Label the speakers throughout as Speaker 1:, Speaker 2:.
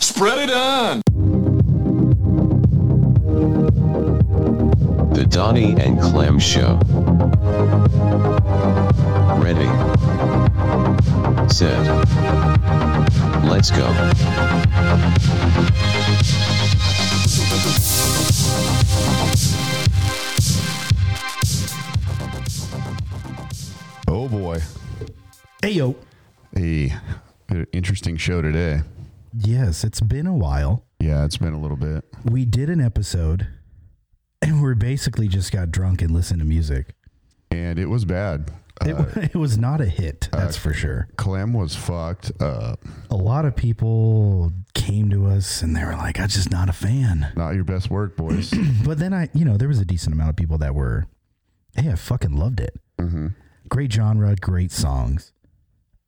Speaker 1: Spread it on.
Speaker 2: The Donnie and Clem Show. Ready. Set. Let's go.
Speaker 3: Oh boy.
Speaker 4: Ayo.
Speaker 3: Hey, an interesting show today.
Speaker 4: Yes, it's been a while.
Speaker 3: Yeah, it's been a little bit.
Speaker 4: We did an episode and we basically just got drunk and listened to music.
Speaker 3: And it was bad.
Speaker 4: It,
Speaker 3: Uh,
Speaker 4: it was not a hit, that's for sure.
Speaker 3: Clem was fucked up.
Speaker 4: A lot of people came to us and they were like, I'm just not a fan.
Speaker 3: Not your best work, boys.
Speaker 4: But then I, you know, there was a decent amount of people that were, hey, I fucking loved it.
Speaker 3: Mm-hmm.
Speaker 4: Great genre, great songs.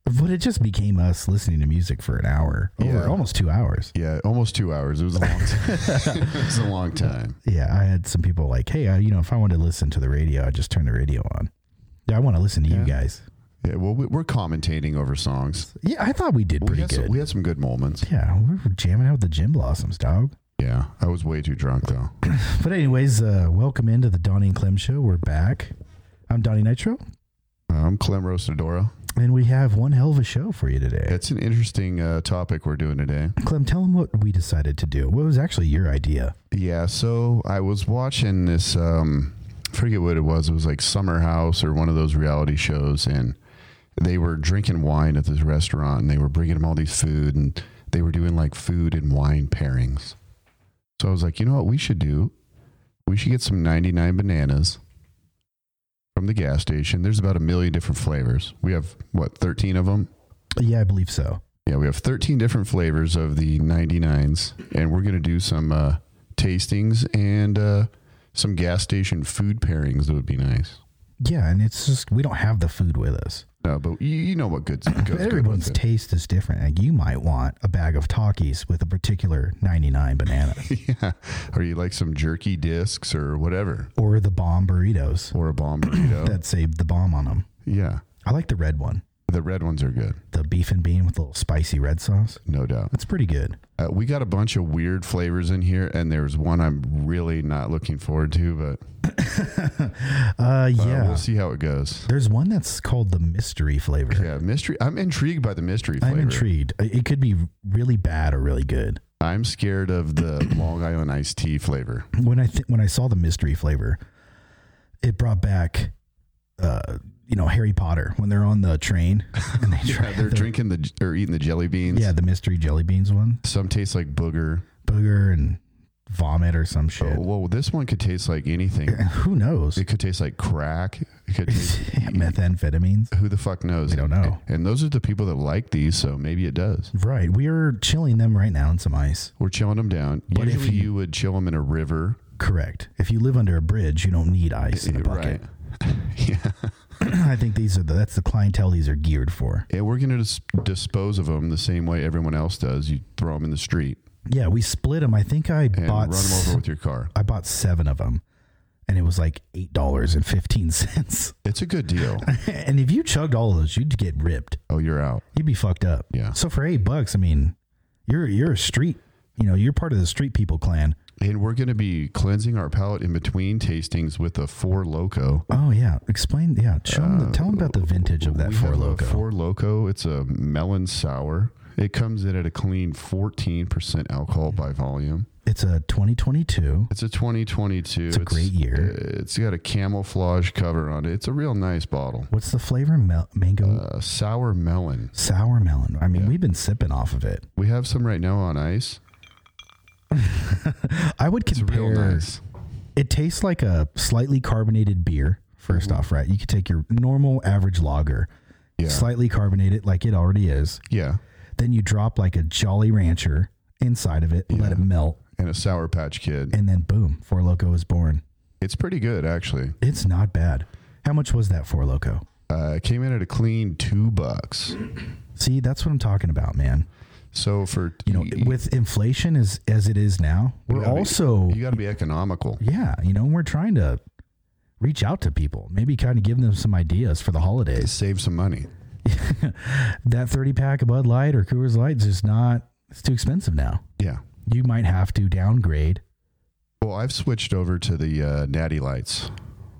Speaker 4: But it just became us listening to music for an hour, over
Speaker 3: Yeah.
Speaker 4: almost two hours.
Speaker 3: yeah, almost two hours. It was a long time. it was a long time.
Speaker 4: Yeah, I had some people like, hey, I, you know, if I wanted to listen to the radio, I just turn the radio on. Yeah, I want to listen to you guys.
Speaker 3: Yeah, well, we- we're commentating over songs.
Speaker 4: Yeah, I thought we did
Speaker 3: We
Speaker 4: pretty
Speaker 3: had,
Speaker 4: good.
Speaker 3: some, we had some good moments.
Speaker 4: yeah, we were jamming out with the Gin Blossoms, dog.
Speaker 3: Yeah, I was way too drunk though.
Speaker 4: But anyways, uh, welcome into the Donnie and Clem show. We're back. I'm Donnie Nitro,
Speaker 3: I'm Um, Clem Rosadora.
Speaker 4: and we have one hell of a show for you today.
Speaker 3: It's an interesting uh, topic we're doing today.
Speaker 4: Clem, tell them what we decided to do. What was actually your idea?
Speaker 3: Yeah, so I was watching this um I forget what it was. It was like Summer House or one of those reality shows and they were drinking wine at this restaurant and they were bringing them all these food and they were doing like food and wine pairings. So I was like, "You know what we should do? We should get some 99 bananas from the gas station. There's about a million different flavors. We have what, 13 of them?
Speaker 4: Yeah, I believe so.
Speaker 3: Yeah, we have 13 different flavors of the 99s, and we're going to do some uh, tastings and uh, some gas station food pairings that would be nice.
Speaker 4: Yeah, and it's just we don't have the food with us.
Speaker 3: No, but you, you know what goods goes good with
Speaker 4: Everyone's
Speaker 3: it.
Speaker 4: taste is different. Like you might want a bag of Takis with a particular 99 banana,
Speaker 3: yeah. Or you like some jerky discs or whatever,
Speaker 4: or the bomb burritos
Speaker 3: or a bomb burrito.
Speaker 4: that say the bomb on them.
Speaker 3: yeah.
Speaker 4: I like the red one,
Speaker 3: The red ones are good,
Speaker 4: the beef and bean with a little spicy red sauce.
Speaker 3: no doubt.
Speaker 4: That's pretty good.
Speaker 3: Uh, we got a bunch of weird flavors in here, and there's one I'm really not looking forward to, but
Speaker 4: Uh,
Speaker 3: uh,
Speaker 4: yeah.
Speaker 3: we'll see how it goes.
Speaker 4: There's one that's called the mystery flavor.
Speaker 3: Yeah, mystery. I'm intrigued by the mystery flavor.
Speaker 4: I'm intrigued. I- It could be really bad or really good.
Speaker 3: I'm scared of the Long Island iced tea flavor.
Speaker 4: When I th- when I saw the mystery flavor, it brought back, uh, you know, Harry Potter when they're on the train and they try
Speaker 3: They're
Speaker 4: the-
Speaker 3: drinking the or eating the jelly beans.
Speaker 4: Yeah, the mystery jelly beans one,
Speaker 3: Some taste like booger.
Speaker 4: booger and vomit or some shit.
Speaker 3: Oh, well, this one could taste like anything.
Speaker 4: Who knows?
Speaker 3: It could taste like crack. It could taste,
Speaker 4: Methamphetamines.
Speaker 3: who the fuck knows?
Speaker 4: We don't know.
Speaker 3: And those are the people that like these, so maybe it does.
Speaker 4: Right. We are chilling them right now in some ice.
Speaker 3: We're chilling them down.
Speaker 4: But if
Speaker 3: Usually you,
Speaker 4: you-
Speaker 3: would chill them in a river.
Speaker 4: Correct. If you live under a bridge, you don't need ice in a bucket.
Speaker 3: yeah.
Speaker 4: I think these are the, that's the clientele these are geared for.
Speaker 3: And we're going to dis- dispose of them the same way everyone else does. You throw them in the street
Speaker 4: Yeah, we split them. I think I
Speaker 3: and run
Speaker 4: bought
Speaker 3: them
Speaker 4: s-
Speaker 3: over with your car.
Speaker 4: I bought seven of them, and it was like eight dollars and fifteen cents.
Speaker 3: It's a good deal.
Speaker 4: and if you chugged all of those, you'd get ripped.
Speaker 3: oh, you're out.
Speaker 4: You'd be fucked up.
Speaker 3: Yeah.
Speaker 4: So for eight bucks, I mean, you're you're a street. You know, you're part of the street people clan.
Speaker 3: And we're going to be cleansing our palate in between tastings with a Four Loco.
Speaker 4: Oh yeah, explain. Yeah, show 'em the, tell them about the vintage of that
Speaker 3: We
Speaker 4: Four
Speaker 3: have a
Speaker 4: Loco.
Speaker 3: Four Loco. It's a melon sour. It comes in at a clean 14% alcohol by volume.
Speaker 4: it's a 2022.
Speaker 3: It's a 2022. It's uh,
Speaker 4: a great year.
Speaker 3: It's got a camouflage cover on it. It's a real nice bottle.
Speaker 4: What's the flavor? Mel- mango,
Speaker 3: Uh, sour melon.
Speaker 4: sour melon. I mean, we've been sipping off of it.
Speaker 3: We have some right now on ice.
Speaker 4: I would
Speaker 3: It's
Speaker 4: compare.
Speaker 3: real nice.
Speaker 4: It tastes like a slightly carbonated beer. 1st off, right? You could take your normal average lager,
Speaker 3: Mm-hmm. Yeah.
Speaker 4: slightly carbonate it like it already is.
Speaker 3: Yeah.
Speaker 4: Then you drop like a Jolly Rancher inside of it, let it melt,
Speaker 3: And a Sour Patch Kid.
Speaker 4: and then boom, Four Loco is born.
Speaker 3: It's pretty good, actually.
Speaker 4: It's not bad. How much was that Four Loco?
Speaker 3: Uh, it came in at a clean two bucks.
Speaker 4: See, that's what I'm talking about, man.
Speaker 3: So for
Speaker 4: You know, with inflation as as it is now, we're
Speaker 3: gotta be-
Speaker 4: also
Speaker 3: you got to be economical.
Speaker 4: yeah, you know, we're trying to reach out to people, maybe kind of give them some ideas for the holidays.
Speaker 3: Save some money.
Speaker 4: that 30 pack of Bud Light or Coors Light is just not It's too expensive now.
Speaker 3: Yeah.
Speaker 4: You might have to downgrade.
Speaker 3: Well, I've switched over to the uh, Natty Lights.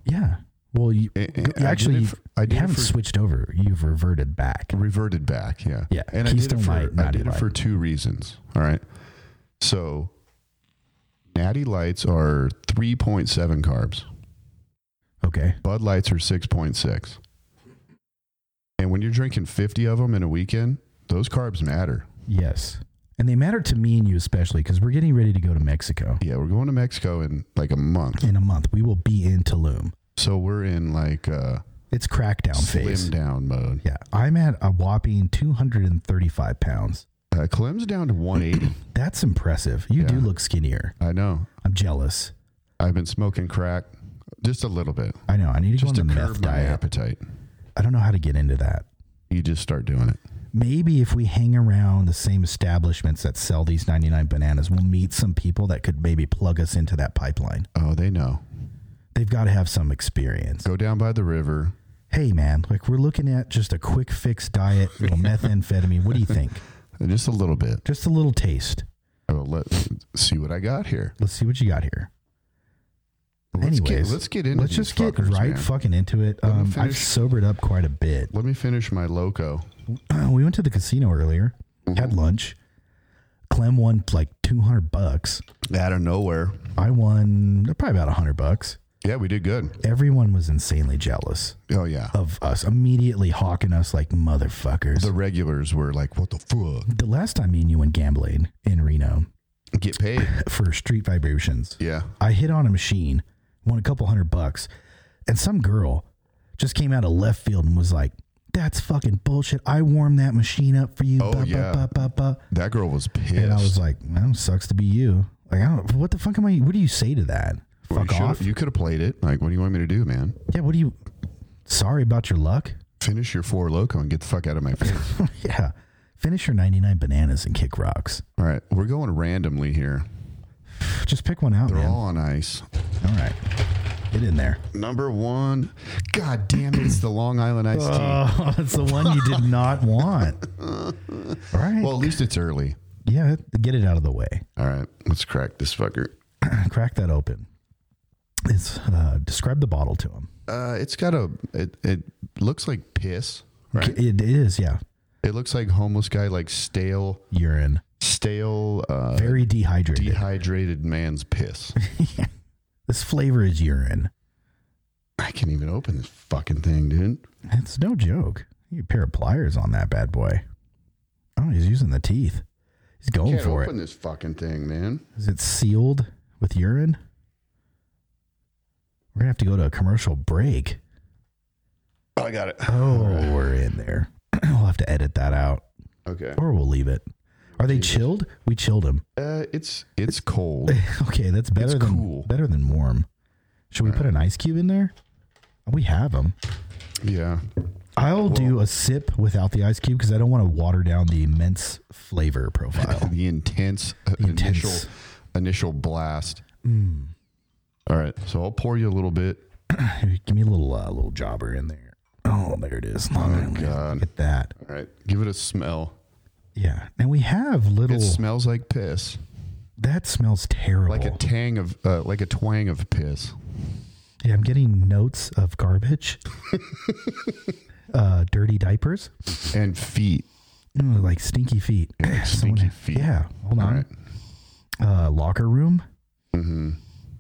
Speaker 4: Yeah. Well, you,
Speaker 3: I- I-
Speaker 4: you
Speaker 3: I
Speaker 4: actually
Speaker 3: did it
Speaker 4: you've-
Speaker 3: for- I did
Speaker 4: you
Speaker 3: it
Speaker 4: haven't
Speaker 3: for-
Speaker 4: switched over. You've reverted back.
Speaker 3: reverted back. Yeah.
Speaker 4: Yeah,
Speaker 3: And I
Speaker 4: Keystone
Speaker 3: did it for,
Speaker 4: Light,
Speaker 3: I
Speaker 4: Natty
Speaker 3: did it for
Speaker 4: Light.
Speaker 3: two reasons. All right. So natty lights are 3.7 carbs.
Speaker 4: Okay.
Speaker 3: Bud lights are 6.6. And when you're drinking 50 of them in a weekend, those carbs matter.
Speaker 4: Yes. And they matter to me and you especially because we're getting ready to go to Mexico
Speaker 3: Yeah, we're going to Mexico in like a month.
Speaker 4: in a month. We will be in Tulum.
Speaker 3: So we're in like uh
Speaker 4: It's crackdown
Speaker 3: slim
Speaker 4: phase.
Speaker 3: down mode.
Speaker 4: Yeah. I'm at a whopping 235 pounds.
Speaker 3: Uh, Clem's down to 180.
Speaker 4: That's impressive. You do
Speaker 3: Yeah.
Speaker 4: look skinnier.
Speaker 3: I know.
Speaker 4: I'm jealous.
Speaker 3: I've been smoking crack just a little bit
Speaker 4: I know. I need to
Speaker 3: just to
Speaker 4: go on the meth
Speaker 3: curb my
Speaker 4: diet.
Speaker 3: appetite.
Speaker 4: I don't know how to get into that.
Speaker 3: You just start doing it.
Speaker 4: Maybe if we hang around the same establishments that sell these 99 bananas, we'll meet some people that could maybe plug us into that pipeline.
Speaker 3: Oh, they know.
Speaker 4: They've got to have some experience.
Speaker 3: Go down by the river.
Speaker 4: Hey, man, like we're looking at just a quick fix diet, little methamphetamine. What do you think?
Speaker 3: uh, Just a little bit.
Speaker 4: Just a little taste.
Speaker 3: Oh, let see what I got here.
Speaker 4: Let's see what you got here.
Speaker 3: Let's
Speaker 4: Anyways,
Speaker 3: get, let's get into
Speaker 4: Let's
Speaker 3: these
Speaker 4: just get
Speaker 3: fuckers,
Speaker 4: right
Speaker 3: man.
Speaker 4: fucking into it.
Speaker 3: me
Speaker 4: Um, I've
Speaker 3: finish.
Speaker 4: sobered up quite a bit.
Speaker 3: Let me finish my loco.
Speaker 4: we went to the casino earlier, had
Speaker 3: Mm-hmm.
Speaker 4: lunch. Clem won like 200 bucks.
Speaker 3: Out of nowhere.
Speaker 4: I won probably about 100 bucks.
Speaker 3: Yeah, we did good.
Speaker 4: Everyone was insanely jealous
Speaker 3: Oh yeah.
Speaker 4: of us, immediately hawking us like motherfuckers.
Speaker 3: The
Speaker 4: The,
Speaker 3: regulars were like, "What the fuck?
Speaker 4: last time me and you went gambling in Reno
Speaker 3: Get paid."
Speaker 4: for street vibrations,
Speaker 3: yeah.
Speaker 4: I hit on a machine, won a couple hundred bucks, and some girl just came out of left field and was like, that's fucking bullshit. I warmed that machine up for you.
Speaker 3: Oh,
Speaker 4: Ba, ba,
Speaker 3: yeah.
Speaker 4: ba, ba, ba."
Speaker 3: That girl was pissed.
Speaker 4: And I was like, well, sucks to be you. Like, I don't, what the fuck am I, what do you say to that?
Speaker 3: Well,
Speaker 4: fuck
Speaker 3: you should've-
Speaker 4: off.
Speaker 3: You could have played it. Like, what do you want me to do, man?
Speaker 4: yeah, what do you, sorry about your luck?
Speaker 3: Finish your four loco and get the fuck out of my face.
Speaker 4: yeah. Finish your 99 bananas and kick rocks.
Speaker 3: all right, we're going randomly here.
Speaker 4: Just pick one out,
Speaker 3: They're
Speaker 4: man.
Speaker 3: all on ice.
Speaker 4: all right. Get in there.
Speaker 3: Number one. God damn it! It's the Long Island iced tea.
Speaker 4: Oh, it's the one you did not want. All right.
Speaker 3: well, at least it's early.
Speaker 4: yeah, get it out of the way.
Speaker 3: All right, let's crack this fucker.
Speaker 4: Crack that open. It's uh, describe the bottle to him.
Speaker 3: Uh, it's got a. It, it looks like piss, right?
Speaker 4: It is, yeah,
Speaker 3: It looks like homeless guy, like stale,
Speaker 4: urine,
Speaker 3: stale, uh,
Speaker 4: very dehydrated.
Speaker 3: dehydrated man's piss.
Speaker 4: this flavor is urine.
Speaker 3: I can't even open this fucking thing, dude.
Speaker 4: It's no joke. You need a pair of pliers on that bad boy. Oh, he's using the teeth. He's going
Speaker 3: can't
Speaker 4: for it.
Speaker 3: open this fucking thing, man.
Speaker 4: Is it sealed with urine? We're gonna have to go to a commercial break.
Speaker 3: Oh, I got it.
Speaker 4: Oh, we're in there. we'll have to edit that out,
Speaker 3: Okay.
Speaker 4: or we'll leave it. Are they chilled? We chilled them.
Speaker 3: Uh, it's it's cold.
Speaker 4: okay, that's better than
Speaker 3: cool.
Speaker 4: better than warm. Should we put an ice cube in there? We have them.
Speaker 3: yeah.
Speaker 4: I'll do a sip without the ice cube because I don't want to water down the immense flavor profile.
Speaker 3: The intense uh,
Speaker 4: The intense. Mm.
Speaker 3: initial initial blast. All right, so I'll pour you a little bit.
Speaker 4: Give me a little uh, little jobber in there. Oh, there it is. Long Island.
Speaker 3: God.
Speaker 4: Get that.
Speaker 3: All right, give it a smell.
Speaker 4: Yeah, and we have little.
Speaker 3: It smells like piss,
Speaker 4: that smells terrible.
Speaker 3: like a tang of, uh, like a twang of piss.
Speaker 4: yeah, I'm getting notes of garbage, uh, dirty diapers,
Speaker 3: and feet.
Speaker 4: Mm, like stinky feet.
Speaker 3: like
Speaker 4: Someone-
Speaker 3: stinky feet.
Speaker 4: Yeah, hold
Speaker 3: All
Speaker 4: on.
Speaker 3: right.
Speaker 4: uh, locker room. Mm-hmm.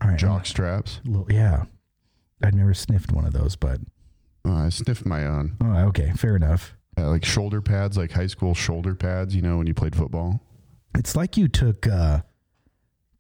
Speaker 4: All right,
Speaker 3: Jock straps.
Speaker 4: I'm- little- yeah, I'd never sniffed one of those, but
Speaker 3: Oh, I sniffed my own.
Speaker 4: oh, okay, fair enough.
Speaker 3: Uh, like shoulder pads, like high school shoulder pads, you know, when you played football.
Speaker 4: It's like you took uh,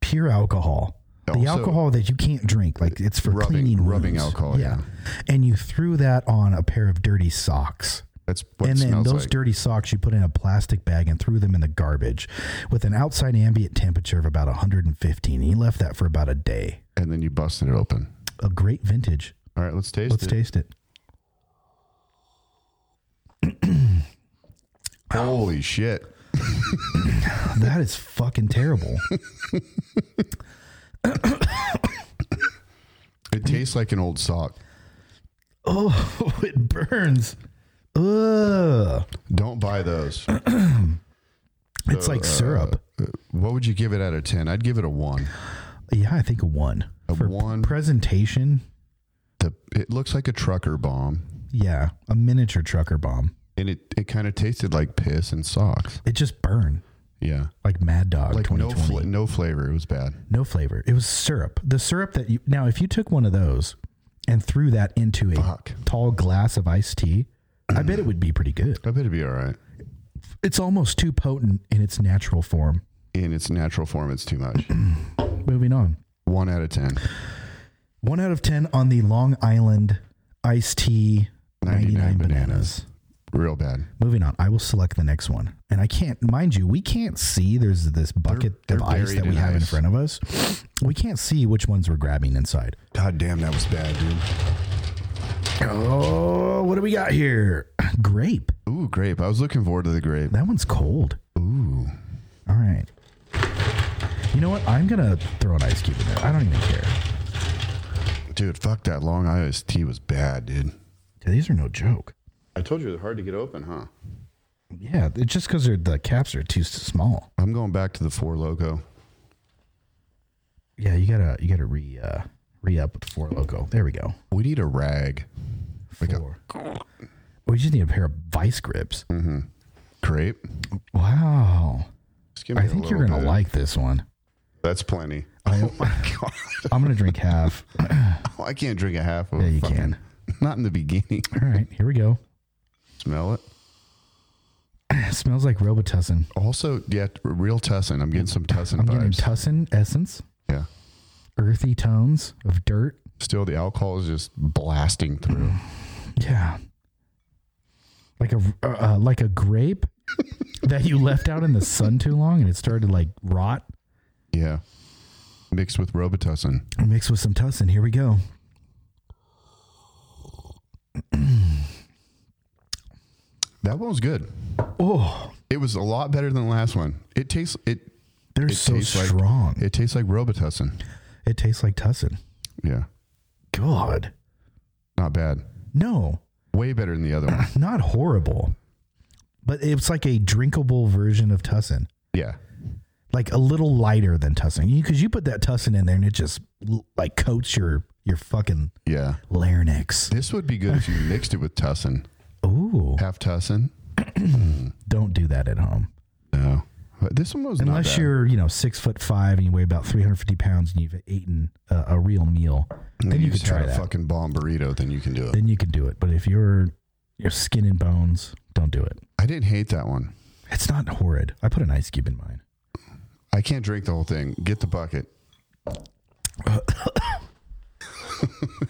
Speaker 4: pure alcohol, the
Speaker 3: Also-
Speaker 4: alcohol that you can't drink, like it's for
Speaker 3: Oh, Rubbing-
Speaker 4: cleaning
Speaker 3: rubbing
Speaker 4: wounds.
Speaker 3: alcohol, yeah.
Speaker 4: and you threw that on a pair of dirty socks.
Speaker 3: That's what
Speaker 4: and
Speaker 3: it
Speaker 4: then
Speaker 3: smells
Speaker 4: those
Speaker 3: like.
Speaker 4: dirty socks you put in a plastic bag and threw them in the garbage with an outside ambient temperature of about 115. And you left that for about a day.
Speaker 3: and then you busted it open.
Speaker 4: A great vintage.
Speaker 3: All right, let's taste
Speaker 4: Let's
Speaker 3: it.
Speaker 4: taste it.
Speaker 3: Holy shit.
Speaker 4: That is fucking terrible.
Speaker 3: It tastes like an old sock.
Speaker 4: oh, it burns. Ugh.
Speaker 3: Don't buy those.
Speaker 4: It's like syrup.
Speaker 3: What would you give it out of 10? I'd give it a 1.
Speaker 4: Yeah, I think a one.
Speaker 3: A
Speaker 4: For
Speaker 3: 1.
Speaker 4: presentation,
Speaker 3: The, it looks like a trucker bomb.
Speaker 4: yeah, a miniature trucker bomb.
Speaker 3: And it, it kind of tasted like piss and socks.
Speaker 4: It just burned
Speaker 3: Yeah.
Speaker 4: like Mad Dog
Speaker 3: Like no,
Speaker 4: 2020.
Speaker 3: fla- no flavor. It was bad.
Speaker 4: no flavor. It was syrup. The syrup that you now, if you took one of those and threw that into a
Speaker 3: Fuck.
Speaker 4: tall glass of iced tea, I bet it would be pretty good.
Speaker 3: I bet it'd be all right.
Speaker 4: It's almost too potent in its natural form.
Speaker 3: In its natural form, it's too much.
Speaker 4: Moving on.
Speaker 3: One out of 10.
Speaker 4: One out of ten on the Long Island iced tea. 99,
Speaker 3: 99
Speaker 4: bananas.
Speaker 3: bananas. Real bad.
Speaker 4: Moving on, I will select the next one, and I can't, mind you, we can't see. There's this bucket
Speaker 3: they're
Speaker 4: of ice
Speaker 3: buried
Speaker 4: that we
Speaker 3: in
Speaker 4: have in
Speaker 3: ice.
Speaker 4: front of us. We can't see which ones we're grabbing inside.
Speaker 3: God damn, that was bad, dude.
Speaker 4: Oh, what do we got here? Grape.
Speaker 3: Ooh, grape. I was looking forward to the grape.
Speaker 4: That one's cold.
Speaker 3: Ooh.
Speaker 4: All right. You know what? I'm gonna throw an ice cube in there. I don't even care.
Speaker 3: Dude, fuck that. Long Island tea was bad, dude.
Speaker 4: Dude, these are no joke.
Speaker 3: I told you it was hard to get open, huh?
Speaker 4: Yeah, it's just because the caps are too s- small.
Speaker 3: I'm going back to the four logo.
Speaker 4: Yeah, you gotta you gotta re uh, re up with the four logo. There we go.
Speaker 3: We need a rag.
Speaker 4: Four. We just need a pair of vice grips.
Speaker 3: Grape.
Speaker 4: Wow.
Speaker 3: Just give me
Speaker 4: I
Speaker 3: a
Speaker 4: think you're
Speaker 3: little
Speaker 4: gonna
Speaker 3: bit.
Speaker 4: like this one.
Speaker 3: That's plenty. Oh
Speaker 4: I,
Speaker 3: my god.
Speaker 4: I'm gonna drink half.
Speaker 3: Oh, I can't drink a half of
Speaker 4: Yeah,
Speaker 3: it.
Speaker 4: you can.
Speaker 3: Not in the beginning.
Speaker 4: All right, here we go.
Speaker 3: Smell it.
Speaker 4: smells like Robitussin.
Speaker 3: Also, yeah, real Tussin. I'm getting some Tussin
Speaker 4: I'm getting
Speaker 3: vibes.
Speaker 4: Tussin essence,
Speaker 3: yeah.
Speaker 4: earthy tones of dirt.
Speaker 3: Still, the alcohol is just blasting through.
Speaker 4: Yeah. Like a uh, uh, like a grape that you left out in the sun too long and it started to like rot.
Speaker 3: yeah. Mixed with Robitussin.
Speaker 4: Mixed with some tussin. Here we go.
Speaker 3: That one was good.
Speaker 4: Oh,
Speaker 3: It was a lot better than the last one. It tastes it.
Speaker 4: they're
Speaker 3: It
Speaker 4: so
Speaker 3: tastes like-
Speaker 4: strong. it,
Speaker 3: It tastes like Robitussin.
Speaker 4: tastes like tussin.
Speaker 3: Yeah.
Speaker 4: God.
Speaker 3: Not bad.
Speaker 4: No,
Speaker 3: Way better than the other one.
Speaker 4: not horrible. But it's like a drinkable version of tussin.
Speaker 3: Yeah.
Speaker 4: Like a little lighter than tussin. Because you put that tussin in there and it just l- like coats your your fucking
Speaker 3: Yeah.
Speaker 4: larynx.
Speaker 3: This would be good if you mixed it with Tussin.
Speaker 4: Ooh.
Speaker 3: Half Tussin.
Speaker 4: Don't do that at home.
Speaker 3: No. But this one was not
Speaker 4: unless
Speaker 3: bad.
Speaker 4: you're you know six foot five and you weigh about 350 pounds and you've eaten a, a real meal then you
Speaker 3: If
Speaker 4: can
Speaker 3: had
Speaker 4: try
Speaker 3: a
Speaker 4: that
Speaker 3: fucking bomb burrito, then you can do it.
Speaker 4: then you can do it but if you're your skin and bones don't do it
Speaker 3: I didn't hate that one.
Speaker 4: it's not horrid i put an ice cube in mine
Speaker 3: I can't drink the whole thing. Get the bucket.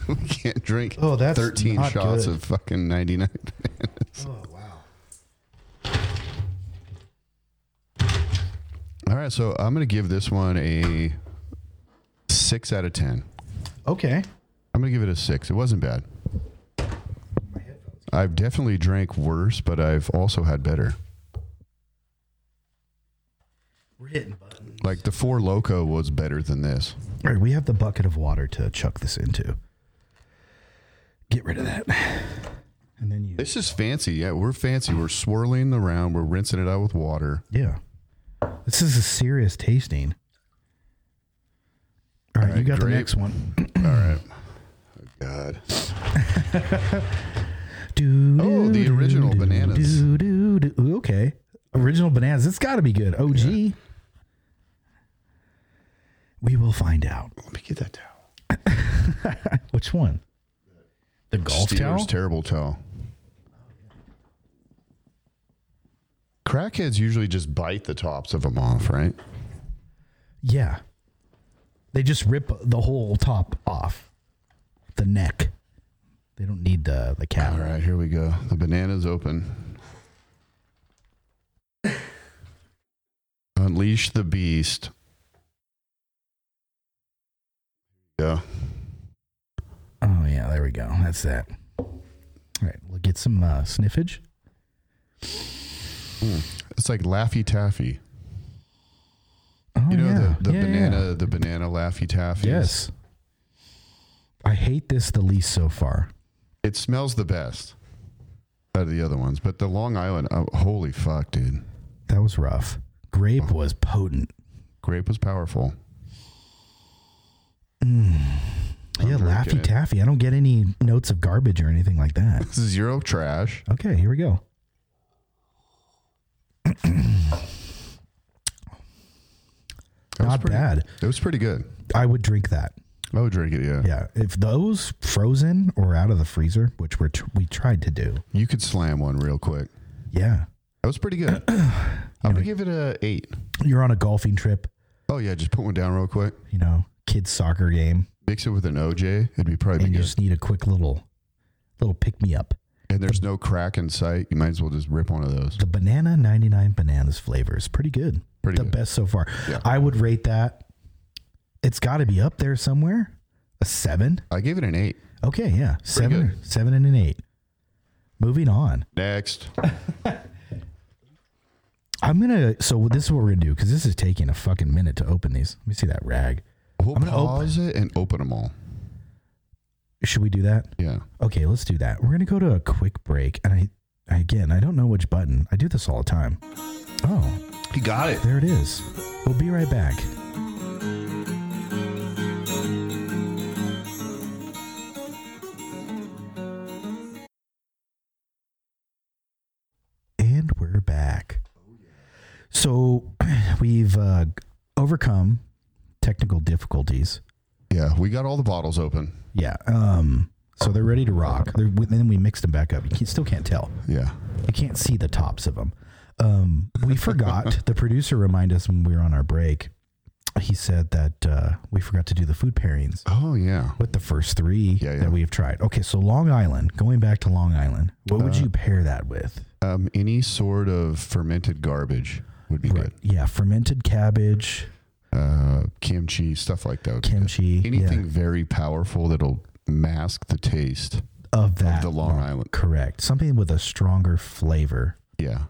Speaker 3: we can't drink
Speaker 4: Oh, that's
Speaker 3: 13
Speaker 4: not
Speaker 3: shots
Speaker 4: good.
Speaker 3: of fucking 99 bananas.
Speaker 4: oh wow
Speaker 3: All right, so I'm going to give this one a 6 out of 10.
Speaker 4: okay
Speaker 3: I'm going to give it a 6. It wasn't bad. I've definitely drank worse, but I've also had better.
Speaker 4: we're hitting buttons
Speaker 3: Like the Four Loco was better than this.
Speaker 4: all right we have the bucket of water to chuck this into get rid of that and then you
Speaker 3: This is fancy. Yeah, we're fancy. We're swirling around. We're rinsing it out with water.
Speaker 4: yeah this is a serious tasting all right,
Speaker 3: All
Speaker 4: you
Speaker 3: right,
Speaker 4: got
Speaker 3: grape.
Speaker 4: the next one
Speaker 3: All right. Oh, God.
Speaker 4: Do,
Speaker 3: Oh, the
Speaker 4: do,
Speaker 3: original
Speaker 4: do,
Speaker 3: bananas.
Speaker 4: Do, do, do. Ooh, Okay. Original bananas. It's got to be good. OG. We will find out.
Speaker 3: Let me get that towel.
Speaker 4: Which one? The golf
Speaker 3: Steelers
Speaker 4: towel?
Speaker 3: terrible towel. Crackheads usually just bite the tops of them off, right?
Speaker 4: yeah. They just rip the whole top off the neck. They don't need the, the cap.
Speaker 3: All right, here we go. The banana's open. Unleash the beast. Yeah.
Speaker 4: Oh, yeah. There we go. That's that. All right. We'll get some uh, sniffage.
Speaker 3: Hmm. It's like Laffy Taffy.
Speaker 4: Oh,
Speaker 3: You know
Speaker 4: yeah.
Speaker 3: the, the
Speaker 4: Yeah, yeah,
Speaker 3: banana the banana Laffy Taffy.
Speaker 4: Yes. I hate this the least so far.
Speaker 3: It smells the best out of the other ones, but the Long Island, oh, holy fuck, dude.
Speaker 4: That was rough. Grape was potent.
Speaker 3: Grape was powerful.
Speaker 4: yeah,
Speaker 3: drinking
Speaker 4: Laffy
Speaker 3: it.
Speaker 4: Taffy. I don't get any notes of garbage or anything like that.
Speaker 3: Zero trash.
Speaker 4: Okay, here we go.
Speaker 3: That was
Speaker 4: Not
Speaker 3: pretty-
Speaker 4: bad.
Speaker 3: It was pretty good.
Speaker 4: I would drink that.
Speaker 3: I would drink it. Yeah.
Speaker 4: Yeah, if those frozen or out of the freezer, which we're tr we tried to do.
Speaker 3: You could slam one real quick.
Speaker 4: Yeah,
Speaker 3: That was pretty good. I'm gonna give it a eight.
Speaker 4: you're on a golfing trip.
Speaker 3: Oh yeah, just put one down real quick.
Speaker 4: You know, kids soccer game,
Speaker 3: Mix it with an OJ. It'd be probably
Speaker 4: and
Speaker 3: be
Speaker 4: you
Speaker 3: good.
Speaker 4: just need a quick little, little pick me up.
Speaker 3: and there's no crack in sight. You might as well just rip one of those.
Speaker 4: The banana 99 bananas flavor is pretty good.
Speaker 3: Pretty
Speaker 4: the
Speaker 3: good.
Speaker 4: best so far.
Speaker 3: Yeah.
Speaker 4: I would rate that. It's got to be up there somewhere. A seven.
Speaker 3: I gave it an eight.
Speaker 4: Okay, yeah, seven, seven and an eight. Moving on.
Speaker 3: Next.
Speaker 4: I'm gonna. So this is what we're gonna do because this is taking a fucking minute to open these. Let me see that rag.
Speaker 3: We'll
Speaker 4: I'm gonna
Speaker 3: pause it and open them all.
Speaker 4: Should we do that?
Speaker 3: Yeah.
Speaker 4: Okay, let's do that. We're gonna go to a quick break, and I, I again, I don't know which button. I do this all the time. Oh,
Speaker 3: He got it.
Speaker 4: there it is. We'll be right back. And we're back. So we've uh, overcome technical difficulties.
Speaker 3: Yeah, we got all the bottles open.
Speaker 4: Yeah. Um. So they're ready to rock. They're, then we mixed them back up. You can, still can't tell.
Speaker 3: Yeah.
Speaker 4: You can't see the tops of them. Um, we forgot. the producer reminded us when we were on our break. He said that uh, we forgot to do the food pairings
Speaker 3: Oh yeah.
Speaker 4: with the first three
Speaker 3: Yeah, yeah.
Speaker 4: that we have tried. Okay, so Long Island. Going back to Long Island, what
Speaker 3: Uh,
Speaker 4: would you pair that with?
Speaker 3: Um, any sort of fermented garbage would be good.
Speaker 4: Yeah, fermented cabbage,
Speaker 3: Uh, kimchi, stuff like that. would be good.
Speaker 4: kimchi,
Speaker 3: Anything
Speaker 4: yeah,
Speaker 3: very powerful that'll mask the taste.
Speaker 4: of that.
Speaker 3: the Long Island.
Speaker 4: Correct. Something with a stronger flavor.
Speaker 3: Yeah.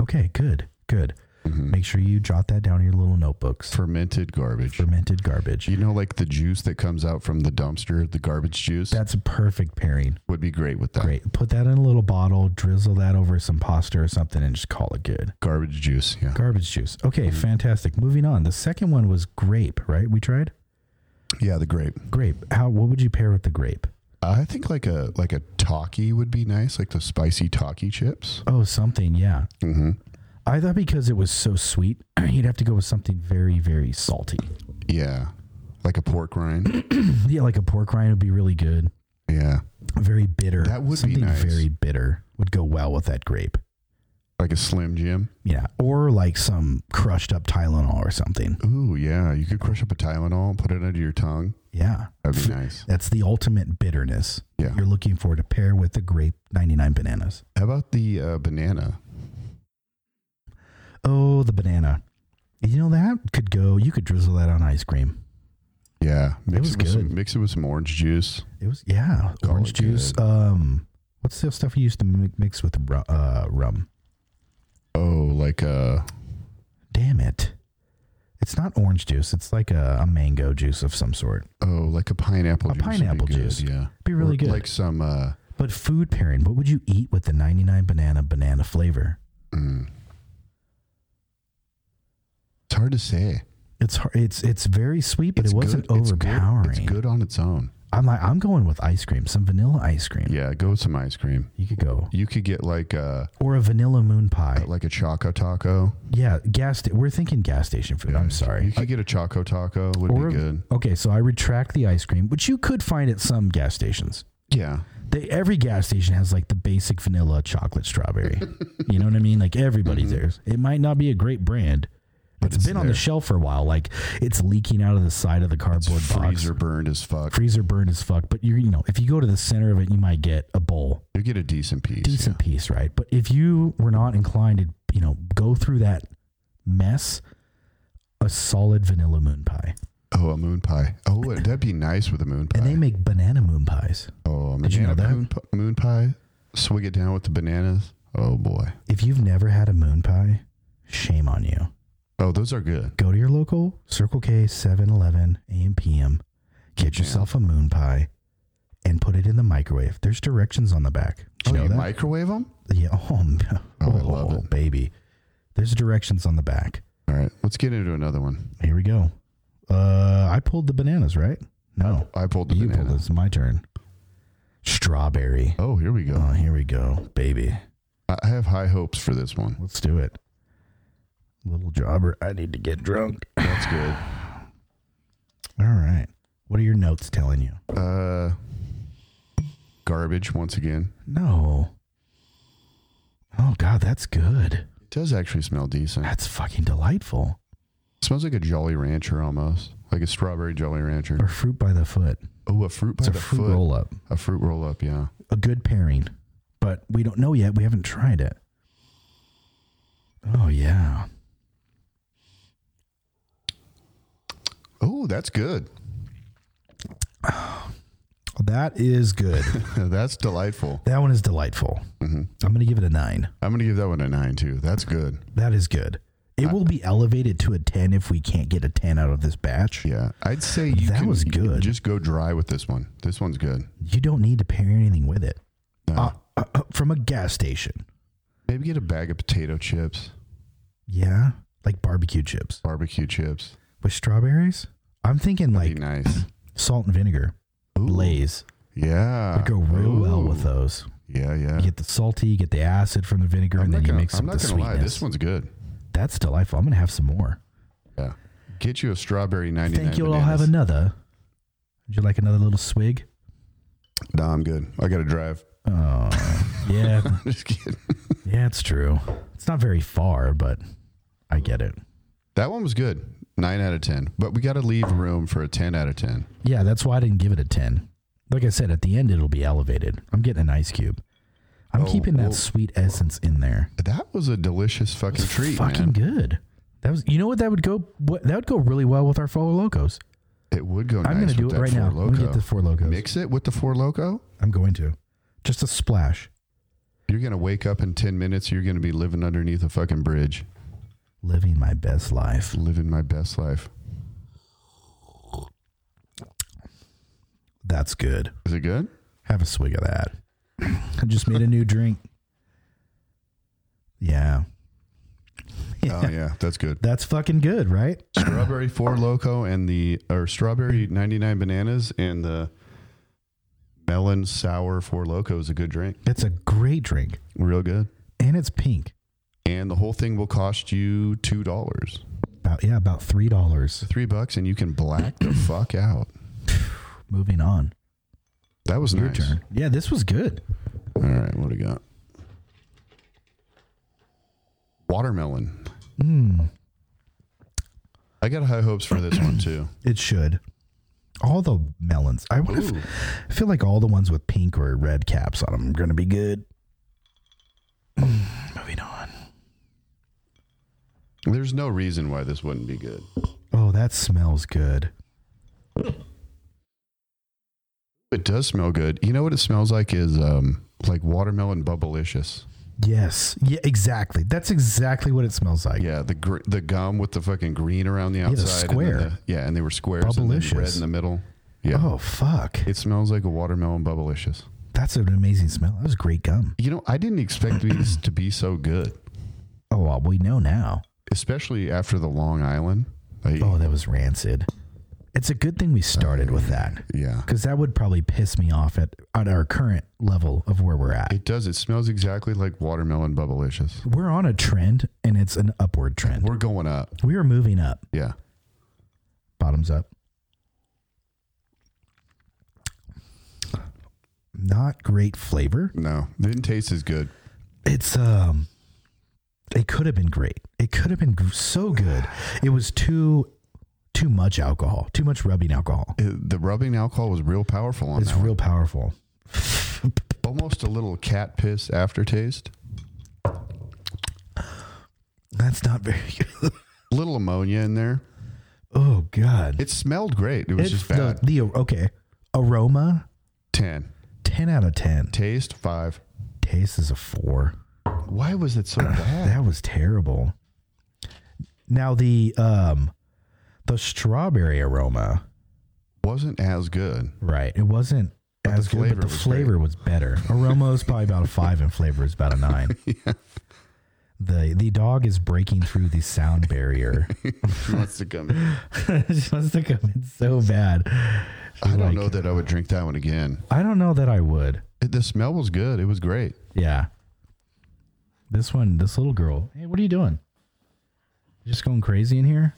Speaker 4: Okay, good, good.
Speaker 3: Mm-hmm.
Speaker 4: Make sure you jot that down in your little notebooks.
Speaker 3: Fermented garbage.
Speaker 4: Fermented garbage.
Speaker 3: you know, like the juice that comes out from the dumpster, the garbage juice
Speaker 4: That's a perfect pairing.
Speaker 3: would be great with that.
Speaker 4: Great. Put that in a little bottle, drizzle that over some pasta or something, and just call it good.
Speaker 3: Garbage juice. Yeah.
Speaker 4: Garbage juice. Okay,
Speaker 3: Mm-hmm.
Speaker 4: fantastic. Moving on. The second one was grape, right? We tried
Speaker 3: Yeah, the grape.
Speaker 4: grape. How? What would you pair with the grape?
Speaker 3: I think like a like a talkie would be nice, like the spicy talkie chips.
Speaker 4: Oh, something. Yeah.
Speaker 3: Mm-hmm.
Speaker 4: I thought because it was so sweet, you'd have to go with something very, very salty.
Speaker 3: Yeah. Like a pork rind.
Speaker 4: Yeah, like a pork rind would be really good.
Speaker 3: yeah.
Speaker 4: Very bitter.
Speaker 3: That would be
Speaker 4: something
Speaker 3: nice.
Speaker 4: very bitter would go well with that grape.
Speaker 3: Like a Slim Jim.
Speaker 4: Yeah, or like some crushed up Tylenol or something.
Speaker 3: Ooh, yeah. You could crush up a Tylenol and put it under your tongue.
Speaker 4: Yeah,
Speaker 3: That'd be nice.
Speaker 4: that's the ultimate bitterness
Speaker 3: Yeah.
Speaker 4: you're looking for to pair with the grape 99 bananas.
Speaker 3: How about the uh, banana?
Speaker 4: Oh, the banana. You know that could go. You could drizzle that on ice cream.
Speaker 3: Yeah. Mix
Speaker 4: was
Speaker 3: with
Speaker 4: good.
Speaker 3: Some, mix it with some orange juice.
Speaker 4: It was yeah,
Speaker 3: Call
Speaker 4: orange
Speaker 3: it
Speaker 4: juice.
Speaker 3: good.
Speaker 4: Um, what's the stuff you used to mi- mix with ru- uh, rum?
Speaker 3: Oh, like uh
Speaker 4: Damn it, it's not orange juice. It's like a, a mango juice of some sort.
Speaker 3: oh, like a pineapple
Speaker 4: A
Speaker 3: juice. would be
Speaker 4: pineapple
Speaker 3: good,
Speaker 4: juice.
Speaker 3: Yeah.
Speaker 4: Be really
Speaker 3: Or
Speaker 4: good.
Speaker 3: Like some uh
Speaker 4: But food pairing, what would you eat with the 99 banana banana flavor?
Speaker 3: mm. It's hard to say.
Speaker 4: It's hard, it's it's very sweet, but
Speaker 3: It's
Speaker 4: it wasn't
Speaker 3: good.
Speaker 4: overpowering.
Speaker 3: It's good. it's good on its own.
Speaker 4: I'm like I'm going with ice cream, some vanilla ice cream.
Speaker 3: Yeah, go with some ice cream.
Speaker 4: You could go
Speaker 3: You could get like a
Speaker 4: or a vanilla moon pie.
Speaker 3: like a choco taco.
Speaker 4: yeah, gas. Sta- we're thinking gas station food. I'm sorry.
Speaker 3: You could get a choco taco. Would
Speaker 4: or
Speaker 3: be good.
Speaker 4: okay, so I retract the ice cream, which you could find at some gas stations.
Speaker 3: Yeah,
Speaker 4: They, every gas station has like the basic vanilla chocolate strawberry. you know what I mean? Like everybody's theirs. It might not be a great brand. But it's been on the
Speaker 3: Mm-hmm. there.
Speaker 4: shelf for a while. Like it's leaking out of the side of the cardboard box.
Speaker 3: freezer burned as fuck.
Speaker 4: freezer burned as fuck. But you you know, if you go to the center of it, you might get a bowl,
Speaker 3: You get a decent piece.
Speaker 4: decent piece, right? But if you were not inclined to, you know, go through that mess, a solid vanilla moon pie,
Speaker 3: yeah. Oh, a moon pie. Oh, what- that'd be nice with a moon pie.
Speaker 4: and they make banana moon pies.
Speaker 3: oh, a
Speaker 4: Did you know
Speaker 3: banana
Speaker 4: that?
Speaker 3: moon, pi- moon pie. Swig it down with the bananas. Oh boy.
Speaker 4: If you've never had a moon pie, shame on you.
Speaker 3: Oh, those are good.
Speaker 4: Go to your local Circle K, 7-Eleven, AM, PM, get yourself a moon pie, and put it in the microwave. There's directions on the back. Did
Speaker 3: Oh,
Speaker 4: you know
Speaker 3: you
Speaker 4: that?
Speaker 3: microwave them?
Speaker 4: Yeah. Oh, m-
Speaker 3: Oh, I love
Speaker 4: oh, baby. There's directions on the back.
Speaker 3: All right, let's get into another one.
Speaker 4: Here we go. Uh, I pulled the bananas, right? No,
Speaker 3: I pulled the
Speaker 4: you
Speaker 3: banana.
Speaker 4: pulled. It's my turn. Strawberry.
Speaker 3: Oh, here we go.
Speaker 4: Oh, here we go, baby.
Speaker 3: I- I have high hopes for this one.
Speaker 4: Let's do it. Little jobber, I need to get drunk. All
Speaker 3: That's good.
Speaker 4: right. What are your notes telling you?
Speaker 3: Uh, garbage once again.
Speaker 4: No. Oh God, that's good.
Speaker 3: It does actually smell decent.
Speaker 4: That's fucking delightful.
Speaker 3: smells like a Jolly Rancher almost, like a strawberry Jolly Rancher.
Speaker 4: Or fruit by the foot.
Speaker 3: Oh, a fruit by
Speaker 4: It's a
Speaker 3: the
Speaker 4: fruit
Speaker 3: foot.
Speaker 4: roll up.
Speaker 3: A fruit roll up. Yeah.
Speaker 4: A good pairing, but we don't know yet. We haven't tried it. Oh yeah.
Speaker 3: Oh, that's good.
Speaker 4: That is good.
Speaker 3: that's delightful. Mm-hmm.
Speaker 4: that one is delightful. I'm going to give it a nine.
Speaker 3: I'm gonna give that one a nine too. That's good.
Speaker 4: That is good. It
Speaker 3: Uh,
Speaker 4: will be elevated to a 10 if we can't get a 10 out of this batch.
Speaker 3: Yeah, I'd say you
Speaker 4: That
Speaker 3: can-
Speaker 4: was good.
Speaker 3: Just go dry with this one. This one's good.
Speaker 4: You don't need to pair anything with it.
Speaker 3: No.
Speaker 4: Uh, uh, uh, from a gas station.
Speaker 3: Maybe get a bag of potato chips,
Speaker 4: Yeah. Like barbecue chips
Speaker 3: barbecue chips.
Speaker 4: with strawberries. I'm thinking
Speaker 3: That'd be
Speaker 4: like
Speaker 3: nice.
Speaker 4: salt and vinegar,
Speaker 3: Ooh.
Speaker 4: blaze.
Speaker 3: Yeah,
Speaker 4: Would go real well with
Speaker 3: Ooh.
Speaker 4: those.
Speaker 3: Yeah, yeah.
Speaker 4: You get the salty, you get the acid from the vinegar,
Speaker 3: I'm
Speaker 4: and
Speaker 3: not
Speaker 4: then you
Speaker 3: gonna-
Speaker 4: mix
Speaker 3: I'm
Speaker 4: up
Speaker 3: not
Speaker 4: the
Speaker 3: gonna
Speaker 4: sweetness.
Speaker 3: lie. This one's good.
Speaker 4: That's delightful. I'm going to have some more.
Speaker 3: Yeah. Get you a strawberry 99.
Speaker 4: Think you'll all have
Speaker 3: bananas.
Speaker 4: another. Would you like another little swig?
Speaker 3: Nah, I'm good. I got to drive.
Speaker 4: Oh, yeah.
Speaker 3: Just kidding.
Speaker 4: Yeah, it's true. It's not very far, but I get it.
Speaker 3: That one was good. 9 out of 10. But we got to leave room for a 10 out of 10.
Speaker 4: Yeah, that's why I didn't give it a 10. Like I said, at the end, it'll be elevated. I'm getting an ice cube. I'm
Speaker 3: Oh,
Speaker 4: keeping that
Speaker 3: well-
Speaker 4: sweet essence in there.
Speaker 3: That was a delicious fucking treat,
Speaker 4: Fucking
Speaker 3: man.
Speaker 4: good. That was, you know what that would go, what, that would go really well with our Four Locos.
Speaker 3: It would go
Speaker 4: I'm
Speaker 3: Oh, nice
Speaker 4: gonna do
Speaker 3: with
Speaker 4: it
Speaker 3: that
Speaker 4: right
Speaker 3: Four
Speaker 4: now. Let me
Speaker 3: Loko.
Speaker 4: get the Four Locos.
Speaker 3: Mix it with the Four Loco.
Speaker 4: I'm going to. Just a splash.
Speaker 3: You're going to wake up in 10 minutes. You're going to be living underneath a fucking bridge,
Speaker 4: Living my best life.
Speaker 3: living my best life.
Speaker 4: That's good.
Speaker 3: Is it good?
Speaker 4: Have a swig of that. I just made a new drink. Yeah.
Speaker 3: Oh, yeah. That's good.
Speaker 4: That's fucking good, right?
Speaker 3: strawberry Four Loco and the, or strawberry 99 bananas and the melon sour Four Loco is a good drink.
Speaker 4: It's a great drink.
Speaker 3: Real good.
Speaker 4: And it's pink.
Speaker 3: and the whole thing will cost you two dollars
Speaker 4: About yeah, about three dollars.
Speaker 3: three bucks and you can black the fuck out
Speaker 4: Moving on.
Speaker 3: that was
Speaker 4: Your
Speaker 3: nice
Speaker 4: turn. Yeah, this was good.
Speaker 3: all right what do we got watermelon
Speaker 4: Mm,
Speaker 3: i got high hopes for this one too
Speaker 4: it should. All the melons. I want to. I feel like all the ones with pink or red caps on them are going to be good. Moving on.
Speaker 3: there's no reason why this wouldn't be good
Speaker 4: Oh, that smells good.
Speaker 3: it does smell good you know what it smells like is um like watermelon bubblicious
Speaker 4: Yes. Yeah. Exactly. That's exactly what it smells like.
Speaker 3: yeah the gr- the gum with the fucking green around the
Speaker 4: Yeah, the
Speaker 3: outside and then
Speaker 4: square.
Speaker 3: the- yeah and they were squares and then red
Speaker 4: Bubblicious.
Speaker 3: in the middle yeah
Speaker 4: Oh fuck.
Speaker 3: it smells like a watermelon bubblicious
Speaker 4: That's an amazing smell. That was great gum.
Speaker 3: You know, I didn't expect these to be so good,
Speaker 4: Oh, well, we know now.
Speaker 3: especially after the Long Island. Like,
Speaker 4: Oh, that was rancid. It's a good thing we started with that.
Speaker 3: yeah.
Speaker 4: because that would probably piss me off at, at our current level of where we're at.
Speaker 3: It does. It smells exactly like watermelon bubblicious.
Speaker 4: We're on a trend, and it's an upward trend.
Speaker 3: We're going up.
Speaker 4: We are moving up,
Speaker 3: Yeah.
Speaker 4: bottoms up. Not great flavor.
Speaker 3: No, didn't taste as good.
Speaker 4: It's um, it could have been great. It could have been gr- so good. It was too, too much alcohol. Too much rubbing alcohol.
Speaker 3: It- the rubbing alcohol was real powerful on
Speaker 4: It's
Speaker 3: that. one.
Speaker 4: real powerful.
Speaker 3: Almost a little cat piss aftertaste.
Speaker 4: That's not very good.
Speaker 3: Little ammonia in there.
Speaker 4: Oh God.
Speaker 3: It smelled great. It was
Speaker 4: It's
Speaker 3: just bad.
Speaker 4: The, the okay aroma,
Speaker 3: 10.
Speaker 4: ten out of ten.
Speaker 3: Taste, 5.
Speaker 4: Taste is a four.
Speaker 3: Why was it so bad?
Speaker 4: That was terrible. Now the um, the strawberry aroma,
Speaker 3: Wasn't as good.
Speaker 4: right? It wasn't
Speaker 3: the
Speaker 4: as good,
Speaker 3: flavor
Speaker 4: but the
Speaker 3: was
Speaker 4: flavor was better. Aroma is probably about a five, and flavor is about a nine. the the dog is breaking through the sound barrier.
Speaker 3: She wants to come. in.
Speaker 4: she wants to come in so bad.
Speaker 3: I don't
Speaker 4: Like-
Speaker 3: know that I would drink that one again.
Speaker 4: I don't know that I would.
Speaker 3: It- the smell was good. It was great.
Speaker 4: Yeah. This one, this little girl. Hey, what are you doing? You Just going crazy in here?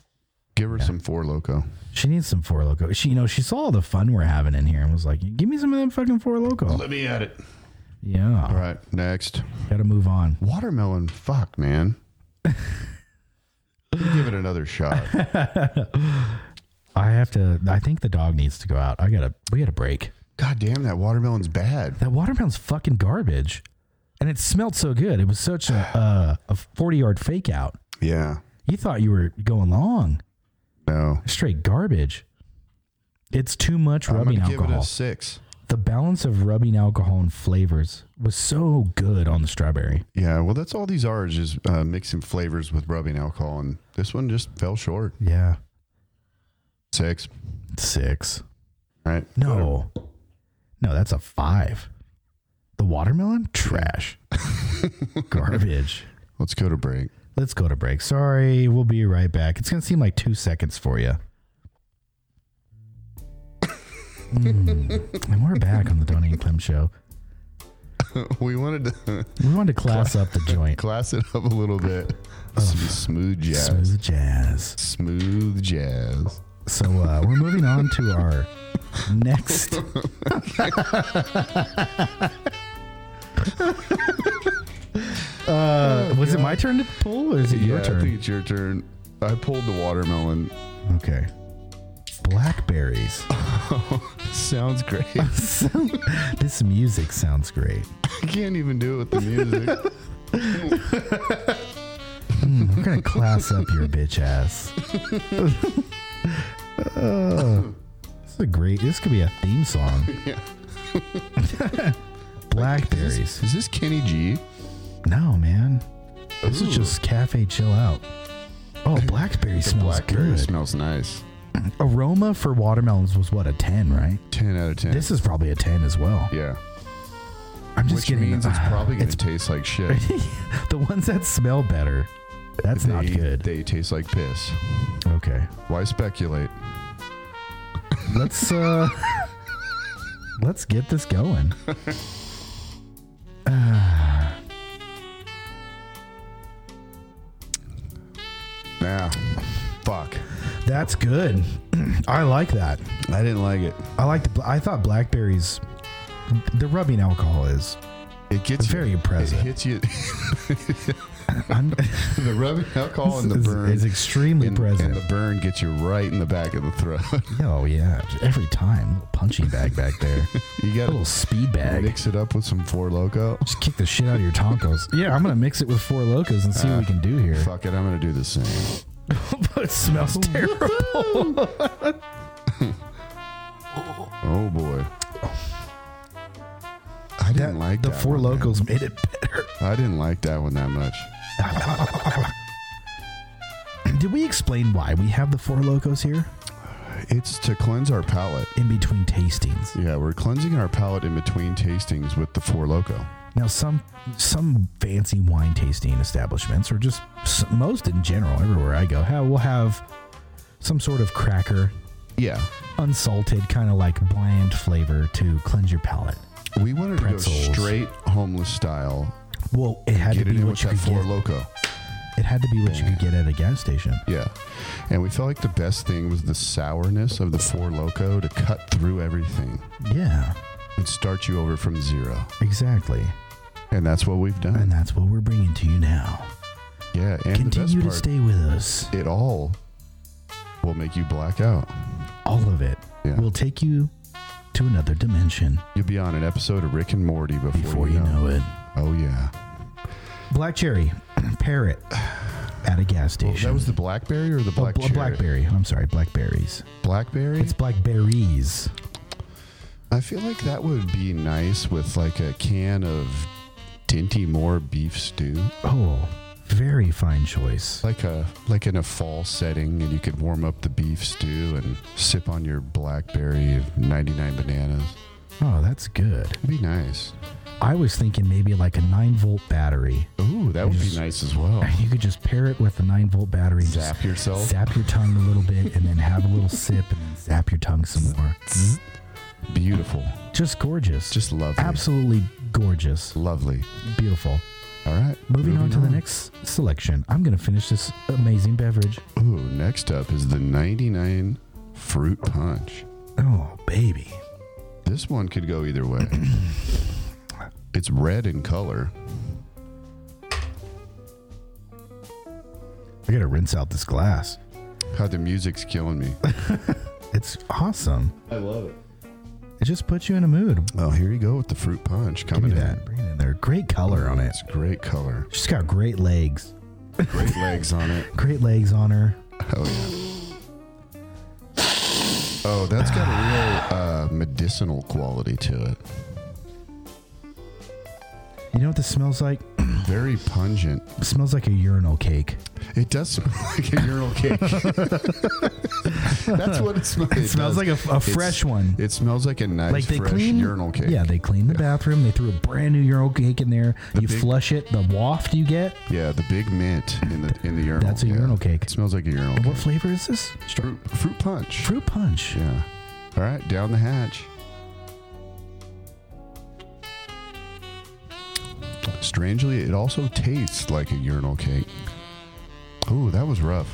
Speaker 3: Give her some four loco.
Speaker 4: She needs some four loco. She, you know, she saw all the fun we're having in here and was like, "Give me some of them fucking four loco."
Speaker 3: Let me at it.
Speaker 4: Yeah,
Speaker 3: All right, next
Speaker 4: gotta move on.
Speaker 3: watermelon. Fuck, man. You Give it another shot.
Speaker 4: I have to. I think the dog needs to go out. I gotta. We gotta break.
Speaker 3: God damn, that watermelon's bad.
Speaker 4: That watermelon's fucking garbage, and it smelled so good. It was such a uh, a forty yard fake out.
Speaker 3: Yeah.
Speaker 4: You thought you were going long.
Speaker 3: No.
Speaker 4: Straight garbage. It's too much rubbing
Speaker 3: I'm gonna give
Speaker 4: alcohol.
Speaker 3: it a six.
Speaker 4: the balance of rubbing alcohol and flavors was so good on the strawberry.
Speaker 3: Yeah. Well, that's all these are is just uh, mixing flavors with rubbing alcohol, and this one just fell short.
Speaker 4: Yeah.
Speaker 3: Six.
Speaker 4: Six.
Speaker 3: All Right.
Speaker 4: No. No, that's a five. The watermelon? Trash. Garbage.
Speaker 3: Let's go to break.
Speaker 4: Let's go to break. Sorry, we'll be right back. It's going to seem like two seconds for you. Mm. And we're back on the Donnie and Clem show.
Speaker 3: we wanted to
Speaker 4: We wanted to class up the joint.
Speaker 3: class it up a little bit. Some smooth jazz.
Speaker 4: Smooth jazz.
Speaker 3: smooth jazz.
Speaker 4: So uh, we're moving on to our next. uh, was it my turn to pull, or is it your
Speaker 3: Oh, yeah, I think
Speaker 4: turn?
Speaker 3: it's your turn. I pulled the watermelon.
Speaker 4: Okay. Blackberries.
Speaker 3: Sounds great.
Speaker 4: So- this music sounds great.
Speaker 3: I can't even do it with the music.
Speaker 4: We're gonna class up your bitch ass. Uh, this is a great. This could be a theme song.
Speaker 3: Yeah.
Speaker 4: Blackberries.
Speaker 3: Is this Kenny G?
Speaker 4: No, man. This is just cafe chill out. Oh, blackberry smells
Speaker 3: Blackberry
Speaker 4: good.
Speaker 3: smells nice.
Speaker 4: Aroma for watermelons was what a ten, right?
Speaker 3: 10 out of 10.
Speaker 4: This is probably a ten as well.
Speaker 3: yeah.
Speaker 4: I'm just
Speaker 3: Which
Speaker 4: getting.
Speaker 3: means it's probably going
Speaker 4: it's
Speaker 3: to taste like shit.
Speaker 4: the ones that smell better. That's not
Speaker 3: They-
Speaker 4: good.
Speaker 3: They taste like piss.
Speaker 4: okay,
Speaker 3: Why speculate?
Speaker 4: let's uh, let's get this going.
Speaker 3: Nah. Fuck.
Speaker 4: That's good. I like that.
Speaker 3: I didn't like it.
Speaker 4: I like the. bla- I thought blackberries. The rubbing alcohol is.
Speaker 3: It gets
Speaker 4: It's very
Speaker 3: you.
Speaker 4: impressive.
Speaker 3: It hits you.
Speaker 4: I'm,
Speaker 3: the rubbing alcohol and the
Speaker 4: is-
Speaker 3: burn.
Speaker 4: is extremely
Speaker 3: and,
Speaker 4: present.
Speaker 3: and the burn gets you right in the back of the throat.
Speaker 4: Oh yeah, every time little punching bag back there,
Speaker 3: you got
Speaker 4: a little
Speaker 3: to
Speaker 4: speed bag.
Speaker 3: mix it up with some Four Loco.
Speaker 4: Just kick the shit out of your tacos. Yeah, I'm gonna mix it with four locos and see what we can do here.
Speaker 3: Fuck it, I'm gonna do the same.
Speaker 4: but it smells terrible.
Speaker 3: Oh boy, I didn't like
Speaker 4: the
Speaker 3: that
Speaker 4: four
Speaker 3: one, man.
Speaker 4: locos made it better.
Speaker 3: I didn't like that one that much.
Speaker 4: Did we explain why we have the four locos here
Speaker 3: It's to cleanse our palate.
Speaker 4: in between tastings?
Speaker 3: Yeah, we're cleansing our palate in between tastings with the Four Loco.
Speaker 4: Now, some some fancy wine tasting establishments, or just s- most in general, everywhere I go, have, will have some sort of cracker
Speaker 3: Yeah,
Speaker 4: unsalted, kind of like bland flavor to cleanse your palate.
Speaker 3: we wanted to
Speaker 4: Pretzels.
Speaker 3: go straight homeless style.
Speaker 4: Well, it had
Speaker 3: Get
Speaker 4: to
Speaker 3: it
Speaker 4: be
Speaker 3: in with
Speaker 4: what you
Speaker 3: that
Speaker 4: could
Speaker 3: Four
Speaker 4: get.
Speaker 3: Loco.
Speaker 4: It had to be what you could get at a gas station.
Speaker 3: Yeah, and we felt like the best thing was the sourness of the Four Loco to cut through everything
Speaker 4: Yeah,
Speaker 3: and start you over from zero.
Speaker 4: exactly.
Speaker 3: And that's what we've done.
Speaker 4: And that's what we're bringing to you now.
Speaker 3: yeah, and
Speaker 4: Continue
Speaker 3: the
Speaker 4: to
Speaker 3: best part,
Speaker 4: stay with us.
Speaker 3: it all will make you black out.
Speaker 4: All of it
Speaker 3: Yeah.
Speaker 4: will take you to another dimension
Speaker 3: You'll be on an episode of Rick and Morty before,
Speaker 4: before you know it.
Speaker 3: Oh yeah.
Speaker 4: Black cherry, parrot at a gas
Speaker 3: Well,
Speaker 4: station.
Speaker 3: that was the blackberry or the
Speaker 4: Oh,
Speaker 3: black
Speaker 4: bl-
Speaker 3: cherry?
Speaker 4: blackberry. I'm sorry, blackberries.
Speaker 3: Blackberry.
Speaker 4: It's blackberries.
Speaker 3: I feel like that would be nice with like a can of Dinty Moore beef stew,
Speaker 4: Oh, very fine choice.
Speaker 3: like a like in a fall setting, and you could warm up the beef stew and sip on your blackberry of 99 bananas.
Speaker 4: Oh, that's good.
Speaker 3: It'd be nice.
Speaker 4: I was thinking maybe like a nine volt battery
Speaker 3: Ooh, that would be nice as well.
Speaker 4: You could just pair it with a nine volt battery and just
Speaker 3: Zap yourself.
Speaker 4: Oh. zap your tongue a little bit and then have a little sip and then zap your tongue some more.
Speaker 3: Beautiful.
Speaker 4: Mm-hmm. Just gorgeous.
Speaker 3: Just lovely.
Speaker 4: absolutely gorgeous.
Speaker 3: Lovely.
Speaker 4: Beautiful.
Speaker 3: All right.
Speaker 4: Moving, on to the next selection. I'm going to finish this amazing beverage.
Speaker 3: Ooh, next up is the 99 Fruit Punch.
Speaker 4: Oh, baby.
Speaker 3: This one could go either way. it's red in color.
Speaker 4: I got to rinse out this glass.
Speaker 3: How the music's killing me.
Speaker 4: It's awesome. I love it. It just puts you in a mood.
Speaker 3: Oh, here you go with the fruit punch
Speaker 4: Give me
Speaker 3: coming in.
Speaker 4: that. Bring it in there. Great color on it.
Speaker 3: It's great color.
Speaker 4: She's got great legs.
Speaker 3: Great legs on it.
Speaker 4: Great legs on her.
Speaker 3: Oh yeah. Oh, that's got a real uh, medicinal quality to it.
Speaker 4: You know what this smells like?
Speaker 3: Very pungent.
Speaker 4: It smells like a urinal cake.
Speaker 3: It does smell like a urinal cake. that's what it smells.
Speaker 4: It smells like a- a fresh one.
Speaker 3: It smells like a nice
Speaker 4: like they
Speaker 3: fresh
Speaker 4: clean
Speaker 3: urinal cake.
Speaker 4: Yeah, they clean the bathroom. They threw a brand new urinal cake in there. you
Speaker 3: big-
Speaker 4: flush it. The waft you get.
Speaker 3: yeah, the big mint in the in the urinal.
Speaker 4: That's a
Speaker 3: yeah.
Speaker 4: urinal cake.
Speaker 3: It smells like a urinal.
Speaker 4: What
Speaker 3: Cake.
Speaker 4: flavor is this?
Speaker 3: Fruit, fruit punch.
Speaker 4: Fruit punch.
Speaker 3: Yeah. All right, down the hatch. Strangely, it also tastes like a urinal cake. Ooh, that was rough.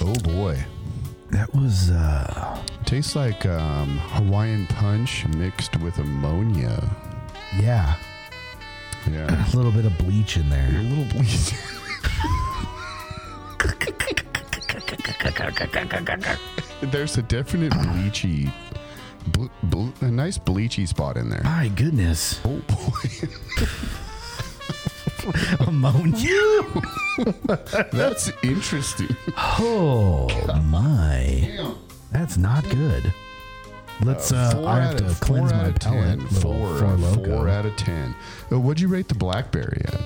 Speaker 3: Oh boy.
Speaker 4: That was uh
Speaker 3: Tastes like um, Hawaiian punch mixed with ammonia.
Speaker 4: yeah,
Speaker 3: Yeah.
Speaker 4: a little bit of bleach in
Speaker 3: A
Speaker 4: there.
Speaker 3: little bleach. There's a definite bleachy, ble- ble- a nice bleachy spot in there.
Speaker 4: My goodness.
Speaker 3: Oh boy,
Speaker 4: Ammonia.
Speaker 3: that's interesting.
Speaker 4: Oh my. That's not good. Let's uh I have
Speaker 3: out of-
Speaker 4: to cleanse
Speaker 3: four out
Speaker 4: my
Speaker 3: of
Speaker 4: palate.
Speaker 3: ten.
Speaker 4: Little
Speaker 3: Four,
Speaker 4: Four Loko.
Speaker 3: four out of ten. Uh, what'd you rate the blackberry at?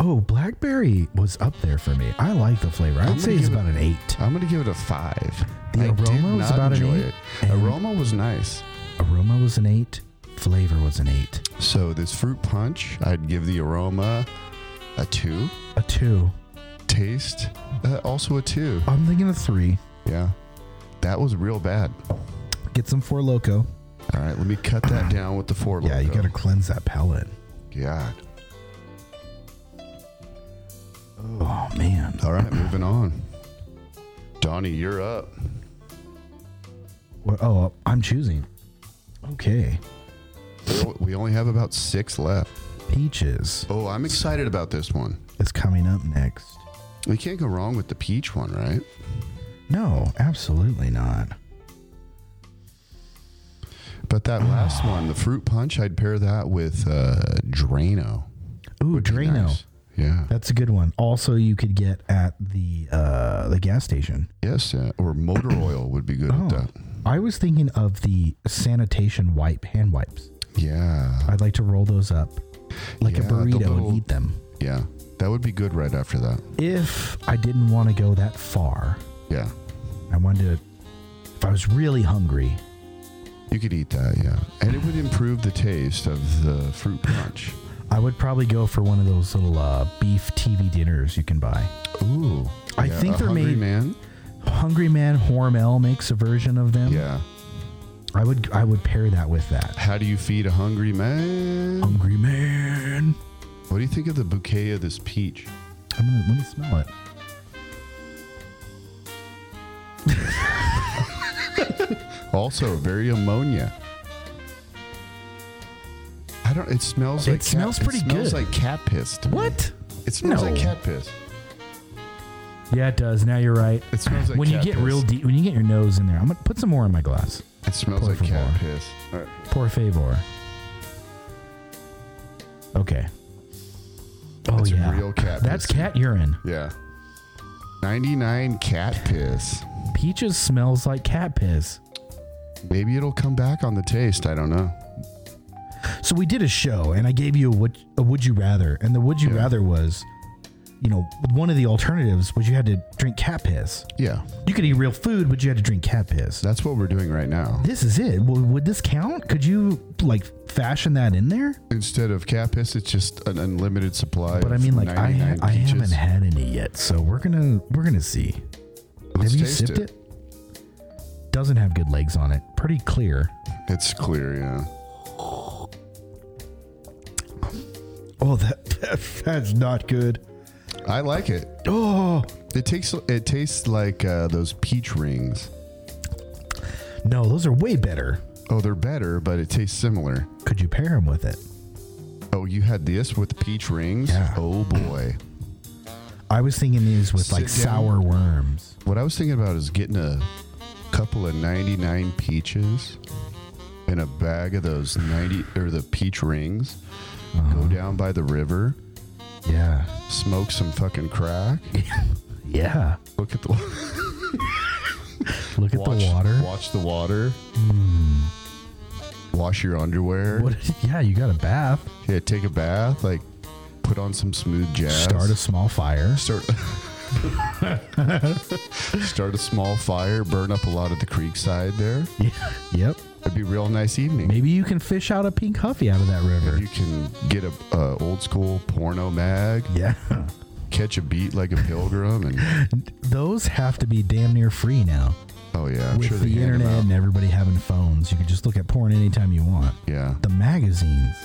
Speaker 4: Oh, blackberry was up there for me. I like the flavor. I'd
Speaker 3: I'm
Speaker 4: say
Speaker 3: gonna
Speaker 4: it's
Speaker 3: give it-
Speaker 4: about an eight.
Speaker 3: I'm gonna give it a five.
Speaker 4: The
Speaker 3: I did
Speaker 4: aroma was
Speaker 3: not
Speaker 4: about an
Speaker 3: enjoy
Speaker 4: eight,
Speaker 3: it.
Speaker 4: and-
Speaker 3: Aroma was nice.
Speaker 4: Aroma was an eight. Flavor was an eight.
Speaker 3: So this fruit punch, I'd give the aroma a two.
Speaker 4: A two.
Speaker 3: Taste uh, also a two.
Speaker 4: I'm thinking a three.
Speaker 3: Yeah, that was real bad.
Speaker 4: Get some four loco.
Speaker 3: All right, let me cut that down with the four.
Speaker 4: Yeah, you
Speaker 3: Loko.
Speaker 4: gotta cleanse that palate.
Speaker 3: God.
Speaker 4: Oh man.
Speaker 3: All right, moving on. Donnie, you're up.
Speaker 4: Well, oh, I'm choosing. Okay.
Speaker 3: We only have about six left.
Speaker 4: Peaches
Speaker 3: Oh, I'm excited about this one.
Speaker 4: is coming up next.
Speaker 3: We can't go wrong with the peach one, right?
Speaker 4: No, absolutely not.
Speaker 3: But that last one, the fruit punch, I'd pair that with uh, Drano.
Speaker 4: Ooh,
Speaker 3: Be
Speaker 4: Drano.
Speaker 3: nice. Yeah.
Speaker 4: That's a good one. Also, you could get at the uh, the gas station.
Speaker 3: Yes, uh, or motor oil would be good with
Speaker 4: Oh.
Speaker 3: that.
Speaker 4: I was thinking of the sanitation wipe hand wipes.
Speaker 3: Yeah.
Speaker 4: I'd like to roll those up like a
Speaker 3: Yeah, the
Speaker 4: burrito
Speaker 3: little-
Speaker 4: and eat them.
Speaker 3: Yeah. That would be good right after that.
Speaker 4: If I didn't want to go that far,
Speaker 3: Yeah.
Speaker 4: I wanted to. If I was really hungry,
Speaker 3: You could eat that, yeah. And it would improve the taste of the fruit punch.
Speaker 4: I would probably go for one of those little uh, beef TV dinners you can buy.
Speaker 3: Ooh.
Speaker 4: I
Speaker 3: Yeah,
Speaker 4: think
Speaker 3: a
Speaker 4: they're
Speaker 3: hungry
Speaker 4: made-
Speaker 3: man.
Speaker 4: Hungry Man Hormel makes a version of them.
Speaker 3: Yeah.
Speaker 4: I would I would pair that with that.
Speaker 3: How do you feed a hungry man?
Speaker 4: Hungry Man.
Speaker 3: What do you think of the bouquet of this peach?
Speaker 4: I'm gonna let me smell it.
Speaker 3: Also, very ammonia. I don't. It smells
Speaker 4: It
Speaker 3: like
Speaker 4: smells
Speaker 3: cat,
Speaker 4: pretty
Speaker 3: it smells
Speaker 4: good.
Speaker 3: like cat piss. To me.
Speaker 4: What?
Speaker 3: It smells
Speaker 4: No.
Speaker 3: like cat piss.
Speaker 4: Yeah, it does. Now you're right.
Speaker 3: It smells like
Speaker 4: when you
Speaker 3: cat
Speaker 4: get
Speaker 3: piss.
Speaker 4: real deep, when you get your nose in there, I'm gonna put some more in my glass.
Speaker 3: It smells
Speaker 4: Por
Speaker 3: like cat
Speaker 4: favor.
Speaker 3: piss. Uh, All right.
Speaker 4: Por favor. Okay. Oh
Speaker 3: That's
Speaker 4: yeah,
Speaker 3: real cat
Speaker 4: That's
Speaker 3: piss.
Speaker 4: cat urine.
Speaker 3: Yeah. Ninety-nine cat piss.
Speaker 4: Peaches smells like cat piss.
Speaker 3: Maybe it'll come back on the taste. I don't know.
Speaker 4: So we did a show, and I gave you a would, a would you rather, and the would you rather was you know, one of the alternatives was you had to drink cat piss.
Speaker 3: Yeah,
Speaker 4: You could eat real food, but you had to drink cat piss.
Speaker 3: that's what we're doing right now.
Speaker 4: This is it. W- would this count? Could you like fashion that in there?
Speaker 3: Instead of cat piss, it's just an unlimited supply.
Speaker 4: But I
Speaker 3: of
Speaker 4: mean, like I,
Speaker 3: 99
Speaker 4: ha- I
Speaker 3: peaches.
Speaker 4: haven't had any yet, so we're gonna we're gonna see.
Speaker 3: Let's
Speaker 4: have you
Speaker 3: taste
Speaker 4: sipped it. Doesn't have good legs on it. Pretty clear.
Speaker 3: It's clear, yeah.
Speaker 4: Oh, that, that's not good.
Speaker 3: I like it.
Speaker 4: Oh
Speaker 3: It takes. It tastes like uh, those peach rings.
Speaker 4: no, those are way better.
Speaker 3: Oh, they're better, but it tastes similar.
Speaker 4: Could you pair them with it?
Speaker 3: Oh, you had this with peach rings.
Speaker 4: Yeah.
Speaker 3: Oh boy.
Speaker 4: I was thinking these with like
Speaker 3: Sit down.
Speaker 4: sour worms.
Speaker 3: What I was thinking about is getting a couple of 99 peaches and a bag of those 90 or the peach rings.
Speaker 4: Uh-huh.
Speaker 3: Go down by the river,
Speaker 4: Yeah,
Speaker 3: smoke some fucking crack.
Speaker 4: yeah.
Speaker 3: Look at the
Speaker 4: Look at
Speaker 3: watch,
Speaker 4: the water. Hmm.
Speaker 3: Watch the water. Wash your underwear.
Speaker 4: What, yeah, you got a bath.
Speaker 3: Yeah, take a bath. Like, put on some smooth jazz.
Speaker 4: Start a small fire.
Speaker 3: start start a small fire, burn up a lot of the creek side there.
Speaker 4: Yeah. Yep.
Speaker 3: It'd be a real nice evening.
Speaker 4: Maybe you can fish out a pink huffy out of that river.
Speaker 3: You can get a uh, old school porno mag,
Speaker 4: Yeah.
Speaker 3: catch a beat like a pilgrim, and
Speaker 4: Those have to be damn near free now.
Speaker 3: oh yeah, I'm
Speaker 4: With
Speaker 3: sure they
Speaker 4: the
Speaker 3: hand 'em
Speaker 4: internet and
Speaker 3: out.
Speaker 4: everybody having phones, you can just look at porn anytime you want.
Speaker 3: Yeah,
Speaker 4: The magazines,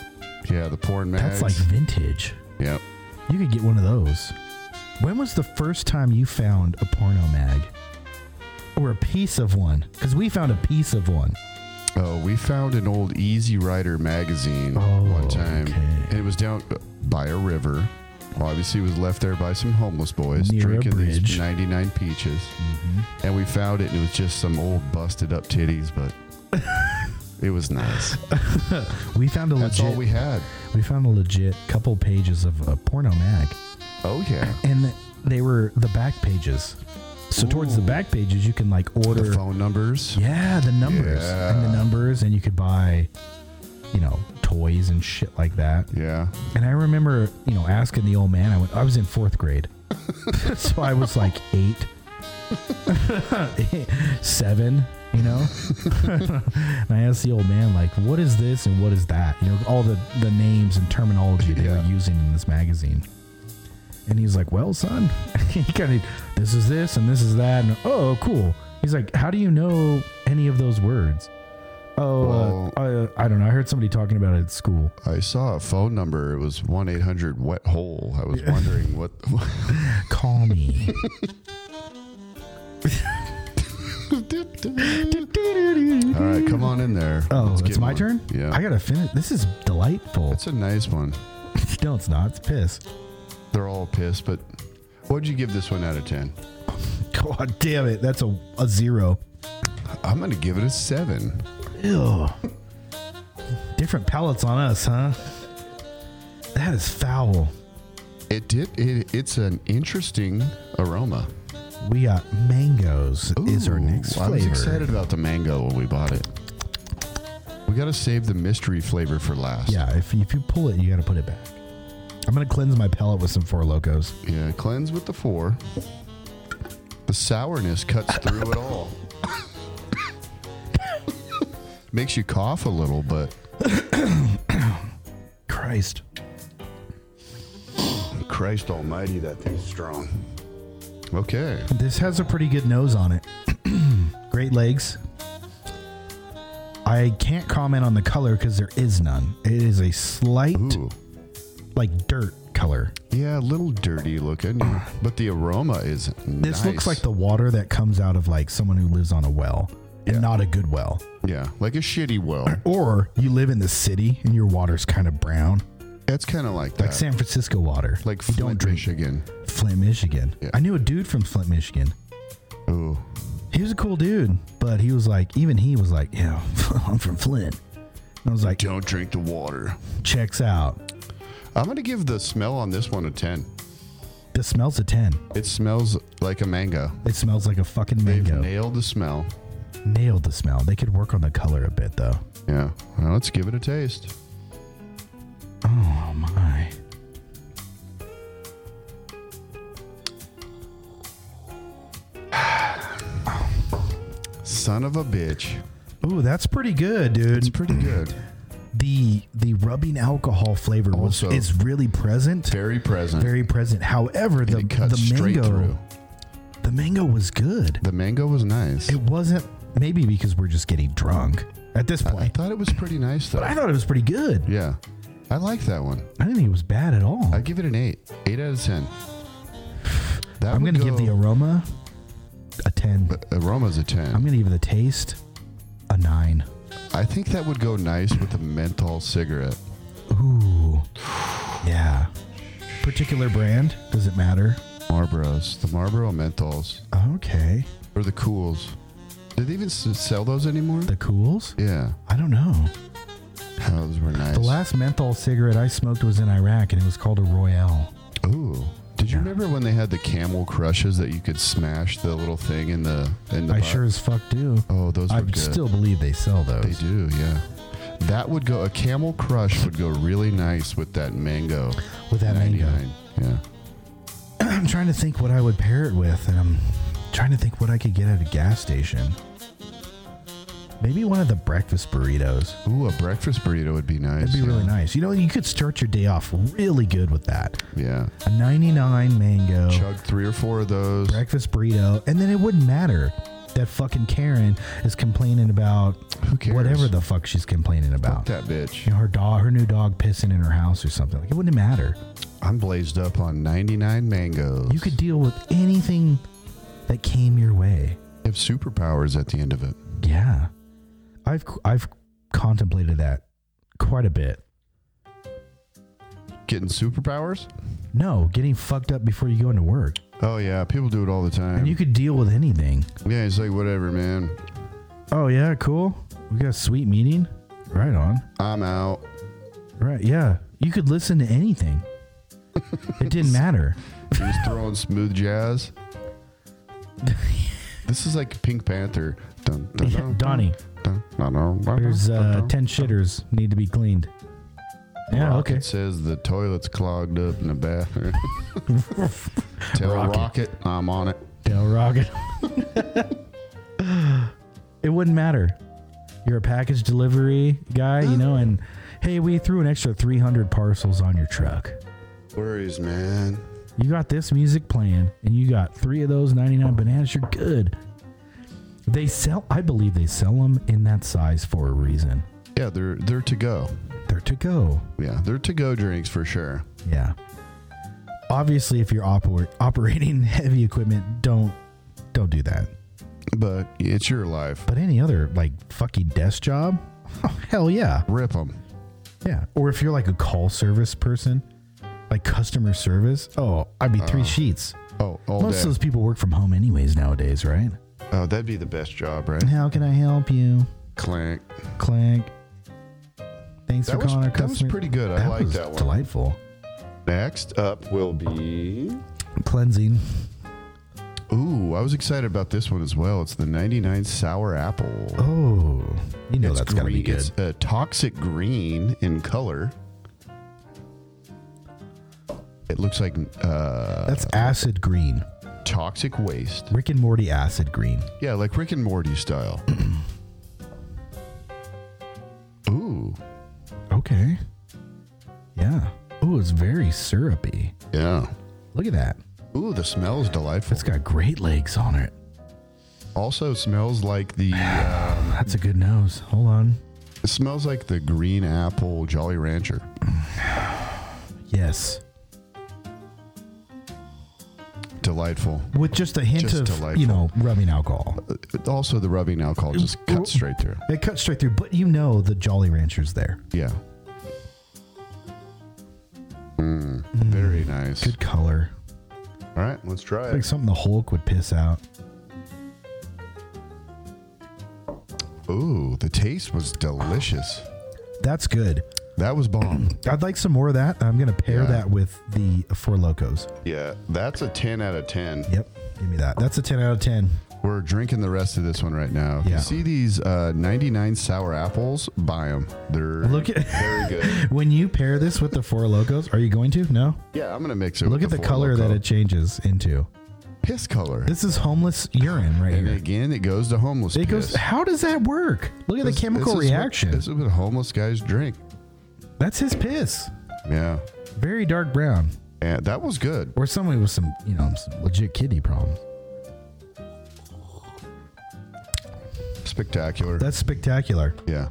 Speaker 3: yeah, the porn mags.
Speaker 4: that's like vintage.
Speaker 3: yeah.
Speaker 4: You could get one of those. When was the first time you found a porno mag? Or a piece of one? Because we found a piece of one.
Speaker 3: Oh, we found an old Easy Rider magazine
Speaker 4: Oh,
Speaker 3: one time,
Speaker 4: okay.
Speaker 3: and it was down by a river. Well, obviously, it was left there by some homeless boys
Speaker 4: Near a
Speaker 3: drinking
Speaker 4: bridge.
Speaker 3: these 99 peaches. And we found it, and it was just some old busted up titties, but it was nice.
Speaker 4: We found a
Speaker 3: That's
Speaker 4: legit.
Speaker 3: all we had.
Speaker 4: we found a legit couple pages of a porno mag.
Speaker 3: Oh, yeah.
Speaker 4: and they were the back pages. So towards the back pages, you can like order.
Speaker 3: The phone numbers.
Speaker 4: Yeah, the numbers and the
Speaker 3: Yeah.
Speaker 4: numbers, and you could buy, you know, toys and shit like that.
Speaker 3: Yeah.
Speaker 4: And I remember, you know, asking the old man. I went. I was in fourth grade, so I was like eight, seven. You know, and I asked the old man like, "What is this and what is that?" You know, all the the names and terminology they were
Speaker 3: Yeah.
Speaker 4: using in this magazine. And he's like, "Well, son, he kind of this is this and this is that." And oh, cool. He's like, "How do you know any of those words?" Oh, uh, uh, I don't know. I heard somebody talking about it at school.
Speaker 3: I saw a phone number. It was 1 800 Wet Hole. I was wondering what.
Speaker 4: Call me.
Speaker 3: all right, come on in there.
Speaker 4: Oh,
Speaker 3: Let's
Speaker 4: it's
Speaker 3: get
Speaker 4: my
Speaker 3: one.
Speaker 4: turn?
Speaker 3: Yeah.
Speaker 4: I gotta finish. This is delightful.
Speaker 3: That's a nice one.
Speaker 4: no, it's not. It's piss.
Speaker 3: They're all pissed, but what'd you give this one out of 10?
Speaker 4: God damn it. That's a, a zero.
Speaker 3: I'm going to give it a seven.
Speaker 4: Ew. Different palettes on us, huh? That is foul.
Speaker 3: It did. It, it's an interesting aroma.
Speaker 4: We got mangoes is our
Speaker 3: Ooh,
Speaker 4: next
Speaker 3: I
Speaker 4: flavor.
Speaker 3: was excited about the mango when we bought it. We got to save the mystery flavor for last.
Speaker 4: Yeah, if, if you pull it, you gotta put it back. I'm gonna cleanse my palate with some Four Locos.
Speaker 3: Yeah. Cleanse with the four. The sourness cuts through it all. Makes you cough a little, but
Speaker 4: Christ.
Speaker 3: Christ Almighty, that thing's strong. Okay.
Speaker 4: This has a pretty good nose on it. Great legs. I can't comment on the color because there is none. It is a slight,
Speaker 3: Ooh.
Speaker 4: like dirt color.
Speaker 3: Yeah, a little dirty looking, but the aroma is
Speaker 4: This
Speaker 3: nice.
Speaker 4: looks like the water that comes out of like someone who lives on a well and not a good well.
Speaker 3: yeah, like a shitty well.
Speaker 4: Or you live in the city and your water's kind of brown,
Speaker 3: It's kind of like that,
Speaker 4: like San Francisco water.
Speaker 3: like
Speaker 4: you
Speaker 3: Flint,
Speaker 4: don't drink
Speaker 3: Michigan.
Speaker 4: Flint, Michigan.
Speaker 3: Yeah.
Speaker 4: I knew a dude from Flint, Michigan.
Speaker 3: Ooh,
Speaker 4: he was a cool dude, but he was like, even he was like, yeah, I'm from Flint. And I was like,
Speaker 3: don't drink the water.
Speaker 4: checks out.
Speaker 3: I'm gonna give the smell on this one a ten.
Speaker 4: This smells a 10.
Speaker 3: It smells like a mango.
Speaker 4: It smells like a fucking
Speaker 3: They've
Speaker 4: mango.
Speaker 3: nailed the smell.
Speaker 4: Nailed the smell. They could work on the color a bit though.
Speaker 3: Yeah, well, let's give it a taste.
Speaker 4: Oh my.
Speaker 3: Son of a bitch.
Speaker 4: Ooh, that's pretty good, dude.
Speaker 3: It's pretty good.
Speaker 4: the the rubbing alcohol flavor was
Speaker 3: Also-
Speaker 4: is really present, very,
Speaker 3: Very present.
Speaker 4: present. However, the
Speaker 3: and it cuts
Speaker 4: the
Speaker 3: straight
Speaker 4: mango
Speaker 3: through.
Speaker 4: the mango was good.
Speaker 3: The mango was nice.
Speaker 4: It wasn't maybe because we're just getting drunk at this
Speaker 3: I
Speaker 4: point.
Speaker 3: thought it was pretty nice though.
Speaker 4: but I thought it was pretty good.
Speaker 3: yeah. I like that one.
Speaker 4: I didn't think it was bad at all.
Speaker 3: I give it an eight. Eight out of ten. That
Speaker 4: I'm
Speaker 3: would
Speaker 4: gonna give the
Speaker 3: go-
Speaker 4: aroma a ten.
Speaker 3: aroma's a ten.
Speaker 4: I'm gonna give the taste a nine.
Speaker 3: I think that would go nice with a menthol cigarette.
Speaker 4: Ooh, yeah. Particular brand? Does it matter?
Speaker 3: Marlboros, the Marlboro menthols,
Speaker 4: Okay.
Speaker 3: or the Cools. Do they even s- sell those anymore?
Speaker 4: The Cools?
Speaker 3: yeah,
Speaker 4: I don't know.
Speaker 3: those were nice.
Speaker 4: The last menthol cigarette I smoked was in Iraq, and it was called a Royale.
Speaker 3: Ooh, did you
Speaker 4: Yeah.
Speaker 3: remember when they had the Camel Crushes that you could smash the little thing in the in the?
Speaker 4: I
Speaker 3: butt?
Speaker 4: sure as fuck do.
Speaker 3: Oh, those were
Speaker 4: I
Speaker 3: good.
Speaker 4: still believe they sell
Speaker 3: they
Speaker 4: those.
Speaker 3: do, yeah. That would go. A Camel Crush would go really nice with that mango.
Speaker 4: With that mango.
Speaker 3: 99. Yeah.
Speaker 4: I'm trying to think what I would pair it with, and I'm trying to think what I could get at a gas station. Maybe one of the breakfast burritos.
Speaker 3: Ooh, a breakfast burrito would be nice.
Speaker 4: It'd be
Speaker 3: yeah.
Speaker 4: really nice. You know, you could start your day off really good with that.
Speaker 3: Yeah.
Speaker 4: A 99 mango.
Speaker 3: Chug three or four of those.
Speaker 4: breakfast burrito, and then it wouldn't matter that fucking Karen is complaining about
Speaker 3: Who cares?
Speaker 4: whatever the fuck she's complaining
Speaker 3: Fuck
Speaker 4: about.
Speaker 3: that bitch.
Speaker 4: You know, her dog, her new dog pissing in her house or something. Like it wouldn't matter.
Speaker 3: I'm blazed up on 99 mangoes.
Speaker 4: You could deal with anything that came your way.
Speaker 3: have superpowers at the end of it.
Speaker 4: Yeah, I've I've contemplated that quite a bit.
Speaker 3: Getting superpowers?
Speaker 4: No, getting fucked up before you go into work,
Speaker 3: Oh yeah, people do it all the time.
Speaker 4: and you could deal with anything.
Speaker 3: yeah, it's like whatever, man.
Speaker 4: Oh yeah, cool. We got a sweet meeting. Right on.
Speaker 3: I'm out.
Speaker 4: Right. Yeah. You could listen to anything. It didn't matter.
Speaker 3: He was throwing smooth jazz. this is like Pink Panther. Dun, dun,
Speaker 4: Yeah,
Speaker 3: dun,
Speaker 4: Donnie,
Speaker 3: dun, dun, dun, dun,
Speaker 4: there's
Speaker 3: dun,
Speaker 4: uh,
Speaker 3: dun.
Speaker 4: 10 shitters need to be cleaned. Yeah,
Speaker 3: Rocket
Speaker 4: okay.
Speaker 3: says the toilet's clogged up in the bathroom. Tell
Speaker 4: Rocket.
Speaker 3: Rocket. I'm on it.
Speaker 4: Del Rocket. it wouldn't matter. You're a package delivery guy, you know, and hey, we threw an extra 300 parcels on your truck.
Speaker 3: Worries, man.
Speaker 4: You got this music playing, and you got three of those 99 bananas. You're good. They sell, I believe they sell them in that size for a reason.
Speaker 3: Yeah, they're they're to go.
Speaker 4: They're to go.
Speaker 3: Yeah, they're to go drinks for sure.
Speaker 4: Yeah. Obviously, if you're oper- operating heavy equipment, don't don't do that.
Speaker 3: But it's your life.
Speaker 4: But any other like fucking desk job, hell yeah,
Speaker 3: Rip them.
Speaker 4: yeah. Or if you're like a call service person, like customer service, oh, I'd be three sheets.
Speaker 3: Oh, all
Speaker 4: Most
Speaker 3: day.
Speaker 4: of those people work from home anyways nowadays, right?
Speaker 3: Oh, that'd be the best job, right?
Speaker 4: How can I help you?
Speaker 3: Clank.
Speaker 4: Clank. Thanks
Speaker 3: That
Speaker 4: for
Speaker 3: was,
Speaker 4: calling our
Speaker 3: that was
Speaker 4: customer.
Speaker 3: pretty good. I like
Speaker 4: was
Speaker 3: that one.
Speaker 4: Delightful.
Speaker 3: Next up will be.
Speaker 4: Cleansing.
Speaker 3: Ooh, I was excited about this one as well. It's the 99 Sour Apple.
Speaker 4: Oh, you know
Speaker 3: It's
Speaker 4: that's gotta be
Speaker 3: green-
Speaker 4: good.
Speaker 3: It's a toxic green in color. It looks like uh,
Speaker 4: that's acid green.
Speaker 3: toxic waste.
Speaker 4: Rick and Morty acid green.
Speaker 3: Yeah, like Rick and Morty style. Ooh,
Speaker 4: Okay. Yeah. Oh, it's very syrupy.
Speaker 3: yeah.
Speaker 4: Look at that.
Speaker 3: Ooh, the smell is delightful.
Speaker 4: It's got great legs on it.
Speaker 3: also smells like the uh,
Speaker 4: That's a good nose. Hold on.
Speaker 3: it smells like the green apple Jolly Rancher.
Speaker 4: Yes.
Speaker 3: Delightful.
Speaker 4: With just a hint
Speaker 3: Just
Speaker 4: of,
Speaker 3: delightful.
Speaker 4: you know, rubbing alcohol.
Speaker 3: But Also, the rubbing alcohol just cuts straight through.
Speaker 4: It cuts straight through, but you know the Jolly Rancher's there.
Speaker 3: Yeah. Mm, very nice.
Speaker 4: Good color.
Speaker 3: All right, let's try
Speaker 4: Like
Speaker 3: it.
Speaker 4: something the Hulk would piss out.
Speaker 3: Ooh, the taste was delicious.
Speaker 4: That's good.
Speaker 3: That was bomb.
Speaker 4: I'd like some more of that. I'm going to pair
Speaker 3: Yeah.
Speaker 4: that with the Four Locos.
Speaker 3: yeah, that's a 10 out of 10.
Speaker 4: Yep. Give me that. That's a 10 out of 10.
Speaker 3: We're drinking the rest of this one right now. If
Speaker 4: Yeah.
Speaker 3: You see these uh, 99 sour apples? Buy them. They're
Speaker 4: Look at-
Speaker 3: very good.
Speaker 4: When you pair this with the Four Locos, are you going to? No?
Speaker 3: Yeah, I'm gonna mix it.
Speaker 4: Look
Speaker 3: with
Speaker 4: at the
Speaker 3: Four
Speaker 4: color
Speaker 3: Loko.
Speaker 4: that it changes into.
Speaker 3: piss color.
Speaker 4: This is homeless urine right
Speaker 3: and
Speaker 4: here.
Speaker 3: again, it goes to homeless.
Speaker 4: It
Speaker 3: piss.
Speaker 4: goes. How does that work? Look at
Speaker 3: This-
Speaker 4: the chemical
Speaker 3: this is what-
Speaker 4: reaction.
Speaker 3: this is what homeless guys drink.
Speaker 4: That's his piss.
Speaker 3: Yeah,
Speaker 4: Very dark brown,
Speaker 3: and that was good.
Speaker 4: or somebody with some, you know, some legit kidney problems.
Speaker 3: Spectacular.
Speaker 4: That's spectacular.
Speaker 3: yeah.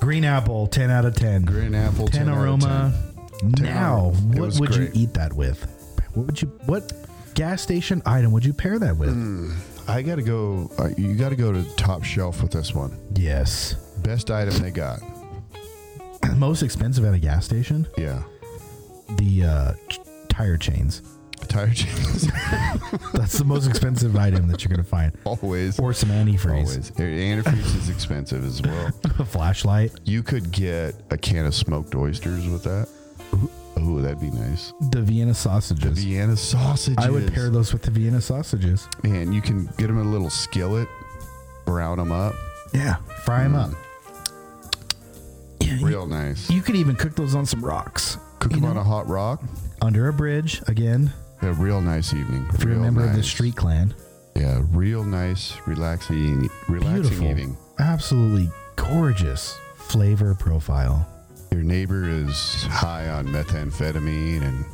Speaker 4: Green apple, ten out of ten.
Speaker 3: Green apple.
Speaker 4: ten,
Speaker 3: 10 out of
Speaker 4: aroma.
Speaker 3: 10
Speaker 4: Now,
Speaker 3: aroma. It
Speaker 4: what
Speaker 3: was
Speaker 4: would
Speaker 3: great.
Speaker 4: you eat that with? What would you? What gas station item would you pair that with?
Speaker 3: Mm. 10. I gotta go. Uh, you gotta go to the top shelf with this one.
Speaker 4: Yes,
Speaker 3: Best item they got.
Speaker 4: most expensive at a gas station.
Speaker 3: Yeah.
Speaker 4: The uh, ch- tire chains.
Speaker 3: Tire changes
Speaker 4: That's the most expensive item that you're gonna find,
Speaker 3: always.
Speaker 4: or some antifreeze,
Speaker 3: always. Antifreeze is expensive as well.
Speaker 4: a flashlight.
Speaker 3: You could get a can of smoked oysters with that. Oh, that'd be nice.
Speaker 4: The Vienna sausages.
Speaker 3: Vienna sausages.
Speaker 4: I would pair those with the Vienna sausages.
Speaker 3: Man, you can get them in a little skillet, brown them up.
Speaker 4: Yeah, fry them up. Yeah, you,
Speaker 3: Mm. Real nice.
Speaker 4: you could even cook those on some rocks.
Speaker 3: Cook
Speaker 4: you
Speaker 3: them
Speaker 4: know,
Speaker 3: on a hot rock.
Speaker 4: under a bridge again.
Speaker 3: A real nice evening.
Speaker 4: If you're a
Speaker 3: Real
Speaker 4: member of the
Speaker 3: nice.
Speaker 4: Street Clan,
Speaker 3: Yeah, real nice, relaxing, relaxing
Speaker 4: beautiful,
Speaker 3: evening.
Speaker 4: absolutely gorgeous flavor profile.
Speaker 3: Your neighbor is high on methamphetamine and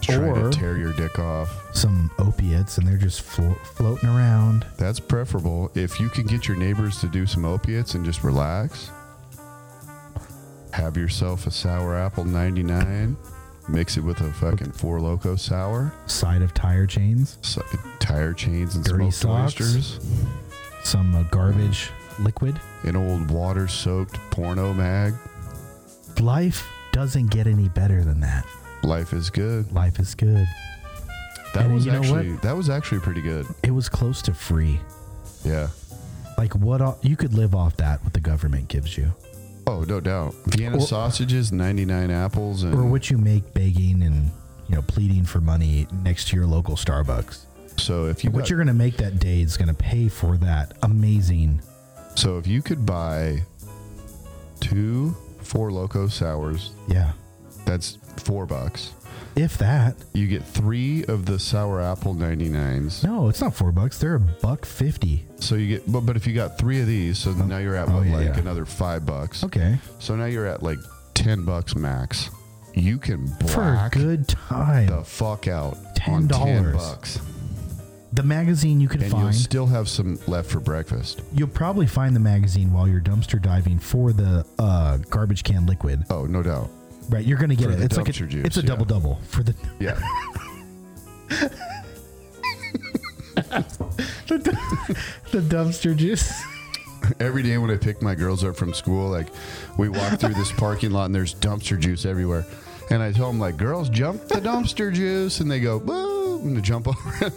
Speaker 3: trying
Speaker 4: Or-
Speaker 3: to tear your dick off.
Speaker 4: Some opiates, and they're just flo- floating around.
Speaker 3: That's preferable. If you can get your neighbors to do some opiates and just relax, have yourself a sour apple 99, mix it with a fucking Four Loco sour,
Speaker 4: Side of tire chains,
Speaker 3: so, tire chains and
Speaker 4: Dirty
Speaker 3: smoked
Speaker 4: socks.
Speaker 3: oysters,
Speaker 4: some uh, garbage
Speaker 3: Mm.
Speaker 4: liquid.
Speaker 3: an old water soaked porno mag.
Speaker 4: Life doesn't get any better than that.
Speaker 3: Life is good.
Speaker 4: Life is good.
Speaker 3: That
Speaker 4: And
Speaker 3: was
Speaker 4: you know what?
Speaker 3: actually that was actually pretty good.
Speaker 4: It was close to free.
Speaker 3: Yeah.
Speaker 4: Like what all, you could live off that what the government gives you,
Speaker 3: Oh, no doubt. Vienna
Speaker 4: Or-
Speaker 3: sausages, 99 apples and
Speaker 4: or what you make begging and you know pleading for money next to your local Starbucks.
Speaker 3: so if you
Speaker 4: what
Speaker 3: got-
Speaker 4: you're going to make that day is going to pay for that amazing.
Speaker 3: So if you could buy two four loco sours,
Speaker 4: Yeah,
Speaker 3: that's four bucks.
Speaker 4: if that.
Speaker 3: You get three of the sour apple 99s.
Speaker 4: No, it's not four bucks. They're a buck fifty.
Speaker 3: So you get, but, but if you got three of these, so now you're at
Speaker 4: oh,
Speaker 3: what,
Speaker 4: yeah,
Speaker 3: like
Speaker 4: yeah.
Speaker 3: another five bucks.
Speaker 4: Okay,
Speaker 3: So now you're at like 10 bucks max. You can
Speaker 4: for a
Speaker 3: black
Speaker 4: good time.
Speaker 3: the fuck out on
Speaker 4: $10.
Speaker 3: 10 bucks.
Speaker 4: the magazine you can
Speaker 3: And you'll
Speaker 4: find.
Speaker 3: still have some left for breakfast.
Speaker 4: You'll probably find the magazine while you're dumpster diving for the uh, garbage can liquid.
Speaker 3: Oh, no doubt.
Speaker 4: Right, you're gonna get
Speaker 3: For
Speaker 4: it.
Speaker 3: the
Speaker 4: It's like a,
Speaker 3: dumpster juice,
Speaker 4: it's a
Speaker 3: yeah.
Speaker 4: double double for the
Speaker 3: Yeah.
Speaker 4: the dumpster juice.
Speaker 3: Every day when I pick my girls up from school, like we walk through this parking lot and there's dumpster juice everywhere. And I tell them like, girls, jump the dumpster juice, and they go boo, and they jump over. it.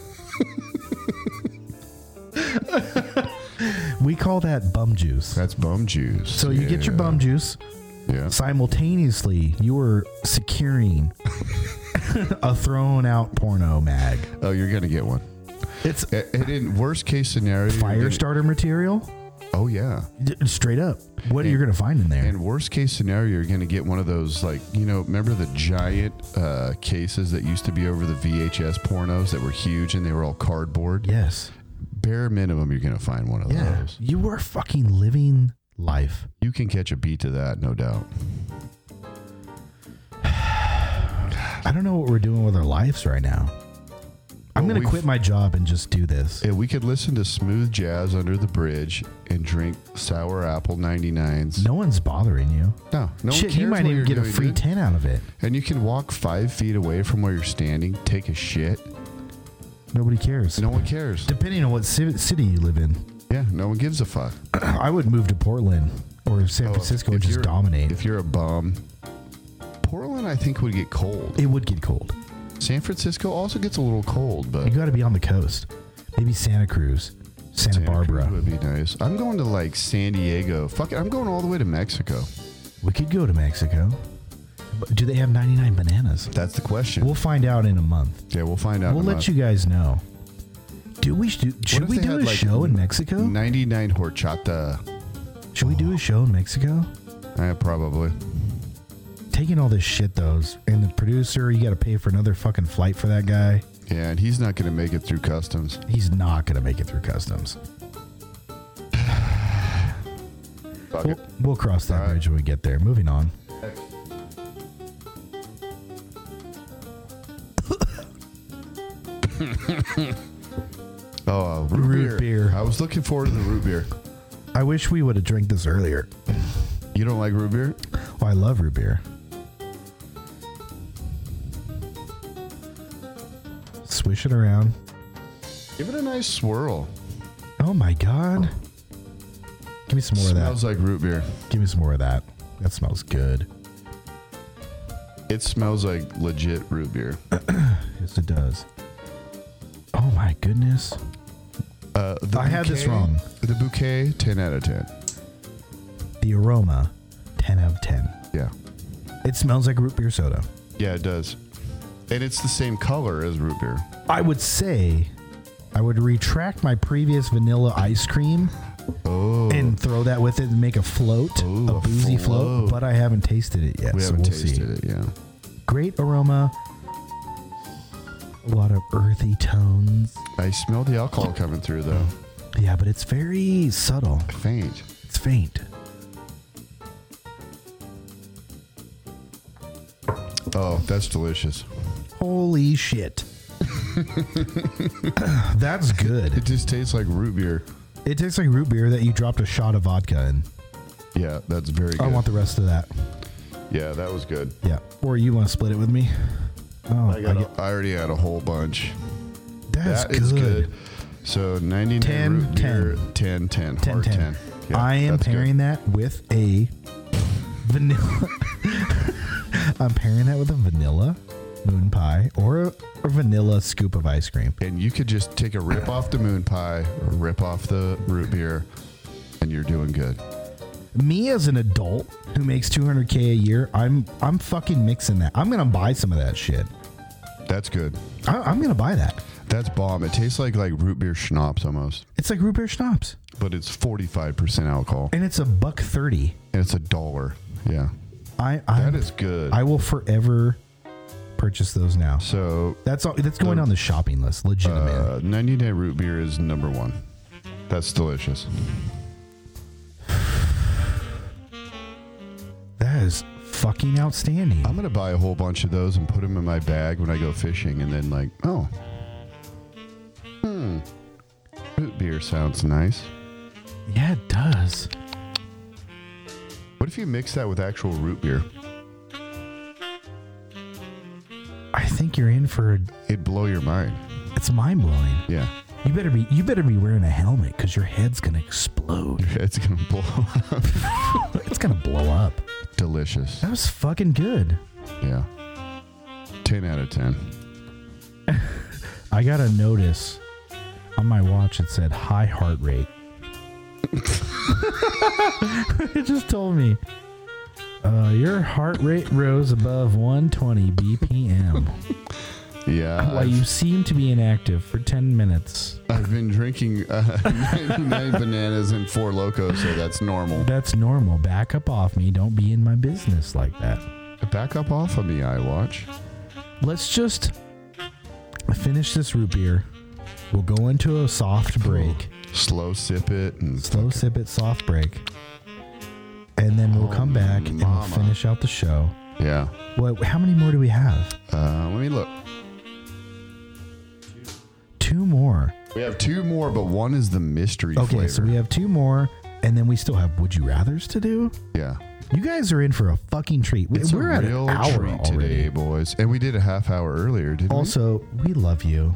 Speaker 4: We call that bum juice.
Speaker 3: That's bum juice.
Speaker 4: So you get your
Speaker 3: Yeah.
Speaker 4: bum juice.
Speaker 3: Yeah.
Speaker 4: Simultaneously, you are securing a thrown out porno mag.
Speaker 3: Oh, you're gonna get one.
Speaker 4: It's
Speaker 3: And and in worst case scenario, you're
Speaker 4: fire
Speaker 3: gonna-
Speaker 4: starter material.
Speaker 3: Oh yeah.
Speaker 4: D- Straight up, what are you gonna find in there?
Speaker 3: And worst case scenario, you're gonna get one of those like you know, remember the giant uh, cases that used to be over the VHS pornos that were huge and they were all cardboard.
Speaker 4: yes.
Speaker 3: Bare minimum, you're gonna find one of
Speaker 4: Yeah.
Speaker 3: those.
Speaker 4: You are fucking living life.
Speaker 3: You can catch a beat to that, no doubt.
Speaker 4: I don't know what we're doing with our lives right now. I'm
Speaker 3: Well,
Speaker 4: gonna
Speaker 3: we've-
Speaker 4: quit my job and just do this.
Speaker 3: Yeah, we could listen to smooth jazz under the bridge and drink sour apple 99s.
Speaker 4: No one's bothering you.
Speaker 3: no, no one
Speaker 4: Shit,
Speaker 3: cares
Speaker 4: you might
Speaker 3: what
Speaker 4: even
Speaker 3: you're
Speaker 4: get a
Speaker 3: doing,
Speaker 4: free
Speaker 3: dude.
Speaker 4: ten out of it.
Speaker 3: And you can walk five feet away from where you're standing, take a shit.
Speaker 4: Nobody cares.
Speaker 3: No one cares.
Speaker 4: Depending on what ci- city you live in,
Speaker 3: Yeah, no one gives a fuck.
Speaker 4: I would move to Portland or San Francisco and
Speaker 3: Oh, If
Speaker 4: just
Speaker 3: you're-
Speaker 4: dominate.
Speaker 3: If you're a bum, Portland, I think, would get cold.
Speaker 4: it would get cold.
Speaker 3: San Francisco also gets a little cold, but
Speaker 4: You got to be on the coast. Maybe Santa Cruz, Santa,
Speaker 3: Santa Cruz
Speaker 4: Barbara.
Speaker 3: would be nice. I'm going to like San Diego. Fuck it, I'm going all the way to Mexico.
Speaker 4: We could go to Mexico. But do they have 99 bananas?
Speaker 3: That's the question.
Speaker 4: We'll find out in a month.
Speaker 3: yeah, we'll find out.
Speaker 4: We'll
Speaker 3: in a
Speaker 4: let
Speaker 3: month.
Speaker 4: you guys know. Do we do, should
Speaker 3: if
Speaker 4: we
Speaker 3: they
Speaker 4: do
Speaker 3: had,
Speaker 4: a
Speaker 3: like,
Speaker 4: show in Mexico?
Speaker 3: 99 horchata.
Speaker 4: should we do a show in Mexico?
Speaker 3: Eh, probably.
Speaker 4: Taking all this shit though, is- and the producer, you got to pay for another fucking flight for that guy.
Speaker 3: Yeah, and he's not going to make it through customs.
Speaker 4: He's not going to make it through customs.
Speaker 3: Fuck
Speaker 4: We'll,
Speaker 3: it.
Speaker 4: we'll cross that
Speaker 3: Alright.
Speaker 4: bridge when we get there. Moving on.
Speaker 3: Oh, uh, root,
Speaker 4: Root
Speaker 3: beer.
Speaker 4: beer.
Speaker 3: I was looking forward to the root beer.
Speaker 4: I wish we would have drank this earlier.
Speaker 3: You don't like root beer?
Speaker 4: Oh, I love root beer. Swish it around.
Speaker 3: Give it a nice swirl.
Speaker 4: Oh my god. Give me some more of
Speaker 3: smells
Speaker 4: that.
Speaker 3: like root beer.
Speaker 4: Give me some more of that. That smells good.
Speaker 3: It smells like legit root beer.
Speaker 4: Yes, it does. Oh my goodness.
Speaker 3: Uh, the
Speaker 4: I had this wrong.
Speaker 3: The bouquet, 10 out of 10.
Speaker 4: The aroma, 10 out of 10.
Speaker 3: Yeah.
Speaker 4: It smells like root beer soda.
Speaker 3: Yeah, it does. And it's the same color as root beer.
Speaker 4: I would say I would retract my previous vanilla ice cream
Speaker 3: Oh.
Speaker 4: and throw that with it and make a float,
Speaker 3: Ooh,
Speaker 4: a
Speaker 3: a
Speaker 4: boozy float.
Speaker 3: float.
Speaker 4: but I haven't tasted it yet.
Speaker 3: we
Speaker 4: so
Speaker 3: haven't
Speaker 4: we'll see.
Speaker 3: tasted it, yeah.
Speaker 4: Great aroma. A lot of earthy tones.
Speaker 3: I smell the alcohol coming through, though.
Speaker 4: Yeah, but it's very subtle.
Speaker 3: Faint.
Speaker 4: It's faint.
Speaker 3: Oh, that's delicious.
Speaker 4: Holy shit. That's
Speaker 3: It
Speaker 4: good.
Speaker 3: just tastes like root beer.
Speaker 4: It tastes like root beer that you dropped a shot of vodka in.
Speaker 3: Yeah, that's very good.
Speaker 4: I want the rest of that.
Speaker 3: yeah, that was good.
Speaker 4: Yeah. Or you want to split it with me? Oh,
Speaker 3: I, got a, I already had a whole bunch.
Speaker 4: that's
Speaker 3: That is
Speaker 4: good.
Speaker 3: good. So 99
Speaker 4: 10,
Speaker 3: root beer, 10, 10,
Speaker 4: 10
Speaker 3: hard
Speaker 4: 10.
Speaker 3: 10. Yeah,
Speaker 4: I am
Speaker 3: that's good.
Speaker 4: pairing that with a vanilla. I'm pairing that with a vanilla moon pie or a, a vanilla scoop of ice cream.
Speaker 3: And you could just take a rip off the moon pie, rip off the root beer, and you're doing good.
Speaker 4: Me as an adult who makes 200k a year, I'm I'm fucking mixing that. I'm gonna buy some of that shit.
Speaker 3: That's good.
Speaker 4: I, I'm gonna buy that.
Speaker 3: That's bomb. It tastes like like root beer schnapps almost,
Speaker 4: It's like root beer schnapps,
Speaker 3: but it's 45% alcohol
Speaker 4: and it's a buck thirty.
Speaker 3: and it's a dollar. Yeah.
Speaker 4: I I,
Speaker 3: That is good.
Speaker 4: I will forever purchase those now.
Speaker 3: so
Speaker 4: That's all. That's going on the shopping list. Legitimate.
Speaker 3: uh, 90 day root beer is number one. That's delicious.
Speaker 4: that is fucking outstanding.
Speaker 3: I'm going to buy a whole bunch of those and put them in my bag when I go fishing and then, like, oh, hmm, root beer sounds nice.
Speaker 4: yeah, it does.
Speaker 3: What if you mix that with actual root beer?
Speaker 4: I think you're in for.
Speaker 3: It'd blow your mind.
Speaker 4: It's mind blowing.
Speaker 3: Yeah.
Speaker 4: You better be. You better be wearing a helmet because your head's gonna explode.
Speaker 3: It's going to blow.
Speaker 4: it's gonna blow up.
Speaker 3: delicious.
Speaker 4: That was fucking good.
Speaker 3: Yeah. 10 out of 10.
Speaker 4: I got a notice on my watch that said high heart rate. it just told me uh, your heart rate rose above 120 BPM
Speaker 3: Yeah.
Speaker 4: while
Speaker 3: Uh, I've-
Speaker 4: you seem to be inactive for 10 minutes.
Speaker 3: I've been drinking uh, nine, nine bananas and four locos, so that's normal.
Speaker 4: That's normal. Back up off me. Don't be in my business like that.
Speaker 3: Back up off of me, iWatch.
Speaker 4: Let's just finish this root beer. We'll go into a soft break.
Speaker 3: Slow sip it and
Speaker 4: Slow sip it, soft break. And then we'll
Speaker 3: Oh,
Speaker 4: come back and
Speaker 3: mama.
Speaker 4: we'll finish out the show.
Speaker 3: yeah.
Speaker 4: What, how many more do we have?
Speaker 3: Uh, let me look.
Speaker 4: Two more.
Speaker 3: We have two more, but one is the mystery
Speaker 4: Okay,
Speaker 3: flavor.
Speaker 4: so we have two more, and then we still have Would You Rathers to do?
Speaker 3: yeah.
Speaker 4: You guys are in for a fucking treat. We,
Speaker 3: It's
Speaker 4: we're
Speaker 3: a
Speaker 4: at
Speaker 3: real
Speaker 4: an hour
Speaker 3: treat
Speaker 4: already.
Speaker 3: today, boys. And we did a half hour earlier, didn't
Speaker 4: Also, we love you.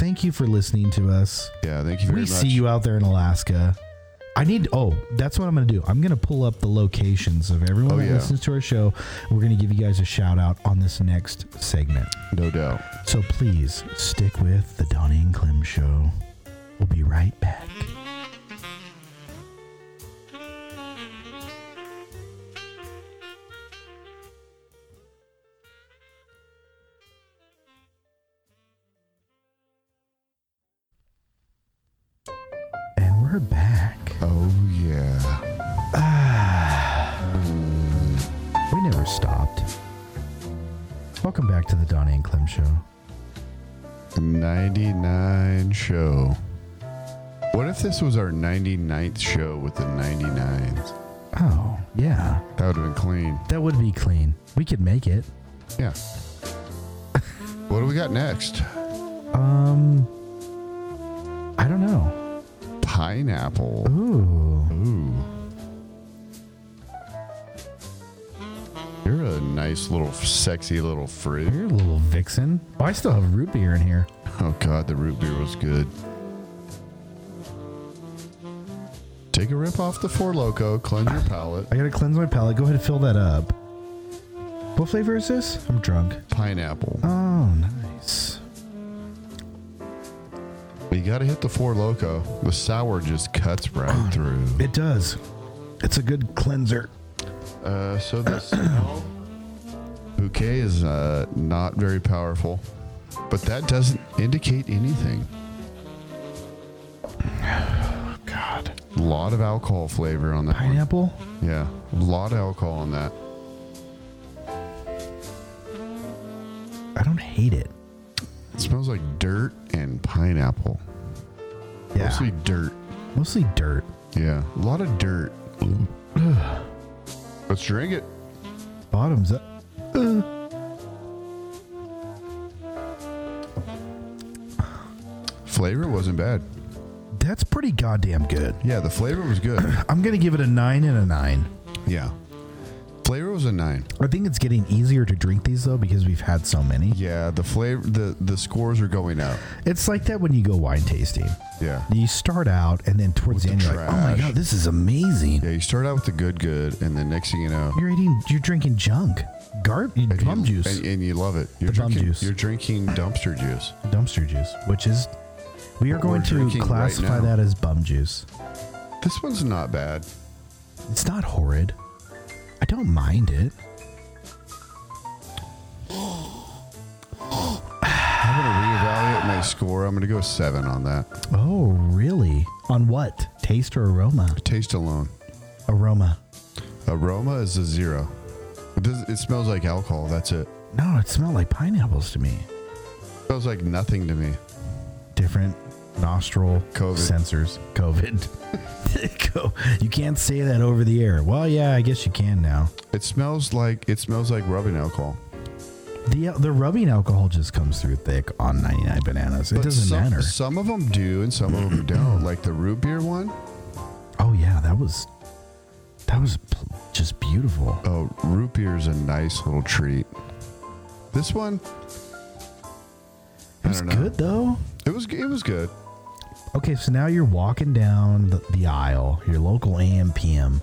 Speaker 4: Thank you for listening to us.
Speaker 3: we? Yeah. Thank you very
Speaker 4: we
Speaker 3: much.
Speaker 4: see you out there in Alaska. I need. Oh, that's what I'm going to do. I'm going to pull up the locations of everyone
Speaker 3: Oh,
Speaker 4: that
Speaker 3: yeah.
Speaker 4: listens to our show. We're going to give you guys a shout out on this next segment.
Speaker 3: No doubt.
Speaker 4: So please stick with the Donnie and Clem show. We'll be right back. And we're back.
Speaker 3: Oh yeah.
Speaker 4: We never stopped. Welcome back to the Donnie and Clem show.
Speaker 3: 99 show. What if this was our 99th show with the 99s?
Speaker 4: Oh, yeah.
Speaker 3: That would have been clean.
Speaker 4: That would be clean. We could make it.
Speaker 3: Yeah. what do we got next?
Speaker 4: Um, I don't know.
Speaker 3: Pineapple.
Speaker 4: Ooh,
Speaker 3: Ooh. You're a nice little, sexy little fruit.
Speaker 4: you're a little vixen. Oh, I still have root beer in here.
Speaker 3: Oh, God, the root beer was good. Take a rip off the Four Loco, cleanse your palate.
Speaker 4: I gotta cleanse my palate. Go ahead and fill that up. What flavor is this? I'm drunk.
Speaker 3: Pineapple.
Speaker 4: Oh, nice.
Speaker 3: You gotta hit the Four Loco. The sour just cuts right through.
Speaker 4: It does. It's a good cleanser.
Speaker 3: Uh, so the smell bouquet is uh, not very powerful, but that doesn't indicate anything.
Speaker 4: God.
Speaker 3: A lot of alcohol flavor on that. one.
Speaker 4: Pineapple?
Speaker 3: Yeah, a lot of alcohol on that.
Speaker 4: I don't hate it.
Speaker 3: It smells like dirt and pineapple.
Speaker 4: Yeah.
Speaker 3: Mostly dirt.
Speaker 4: Mostly dirt.
Speaker 3: Yeah, a lot of dirt. Let's drink it.
Speaker 4: Bottoms up. Uh.
Speaker 3: Flavor wasn't bad.
Speaker 4: That's pretty goddamn good.
Speaker 3: Yeah, the flavor was good.
Speaker 4: I'm gonna give it a nine and a nine.
Speaker 3: yeah. Flavor was a nine.
Speaker 4: I think it's getting easier to drink these though because we've had so many.
Speaker 3: Yeah, the flavor, the the scores are going up.
Speaker 4: It's like that when you go wine tasting.
Speaker 3: Yeah.
Speaker 4: You start out and then towards the end
Speaker 3: the
Speaker 4: you're like, oh my
Speaker 3: trash.
Speaker 4: god, this is amazing.
Speaker 3: Yeah, you start out with the good, good, and then next thing you know,
Speaker 4: You're eating, you're drinking junk, garbage,
Speaker 3: and
Speaker 4: bum
Speaker 3: you-
Speaker 4: juice,
Speaker 3: and, and you love it. You're
Speaker 4: The bum
Speaker 3: drinking,
Speaker 4: juice.
Speaker 3: You're drinking dumpster juice.
Speaker 4: dumpster juice, which is we are
Speaker 3: What
Speaker 4: going
Speaker 3: we're
Speaker 4: to
Speaker 3: drinking right
Speaker 4: classify
Speaker 3: now.
Speaker 4: that as bum juice.
Speaker 3: This one's not bad.
Speaker 4: It's not horrid. I don't mind it.
Speaker 3: I'm gonna reevaluate my score. I'm gonna go seven on that.
Speaker 4: Oh, really? On what? Taste or aroma?
Speaker 3: Taste alone,
Speaker 4: Aroma.
Speaker 3: aroma is a zero. It, does, it smells like alcohol. That's it.
Speaker 4: No, it smelled like pineapples to me.
Speaker 3: Smells like nothing to me.
Speaker 4: different nostril
Speaker 3: COVID.
Speaker 4: sensors. COVID. Co- you can't say that over the air. Well, yeah, I guess you can now.
Speaker 3: It smells like it smells like rubbing alcohol.
Speaker 4: The uh, the rubbing alcohol just comes through thick on 99 bananas. It
Speaker 3: But
Speaker 4: doesn't
Speaker 3: some,
Speaker 4: matter.
Speaker 3: Some of them do, and some of them don't. Like the root beer one.
Speaker 4: Oh yeah, that was that was pl- just beautiful.
Speaker 3: Oh, root beer is a nice little treat. This one,
Speaker 4: It was
Speaker 3: don't know.
Speaker 4: good though.
Speaker 3: it was it was good.
Speaker 4: Okay, so now you're walking down the, the aisle, your local AM PM,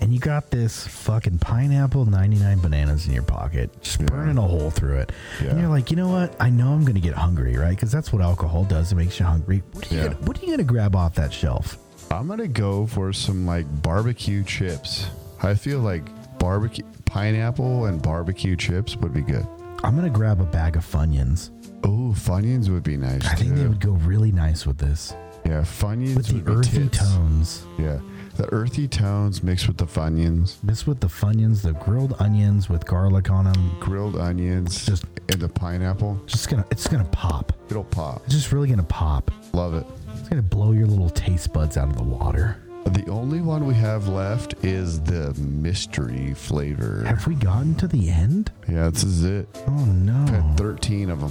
Speaker 4: and you got this fucking pineapple 99 bananas in your pocket, just burning a hole through it. And
Speaker 3: Yeah.
Speaker 4: you're like, you know what? I know I'm going to get hungry, right? Because that's what alcohol does. It makes you hungry. What are you
Speaker 3: Yeah.
Speaker 4: gonna- what are you going to grab off that shelf?
Speaker 3: I'm gonna go for some like barbecue chips. I feel like barbecue pineapple and barbecue chips would be good.
Speaker 4: I'm going to grab a bag of Funyuns.
Speaker 3: Oh, Funyuns would be nice.
Speaker 4: I think
Speaker 3: too.
Speaker 4: they would go really nice with this,
Speaker 3: Yeah, Funyuns
Speaker 4: with the
Speaker 3: would be
Speaker 4: earthy
Speaker 3: tits.
Speaker 4: tones.
Speaker 3: Yeah, the earthy tones mixed with the Funyuns,
Speaker 4: This with the Funyuns, the grilled onions with garlic on them.
Speaker 3: grilled onions,
Speaker 4: Just-
Speaker 3: and the pineapple.
Speaker 4: Just gonna, it's gonna pop.
Speaker 3: It'll pop.
Speaker 4: It's just really gonna pop.
Speaker 3: Love it.
Speaker 4: It's gonna blow your little taste buds out of the water.
Speaker 3: The only one we have left is the mystery flavor.
Speaker 4: Have we gotten to the end?
Speaker 3: Yeah, this is it.
Speaker 4: Oh no,
Speaker 3: I had 13 of them.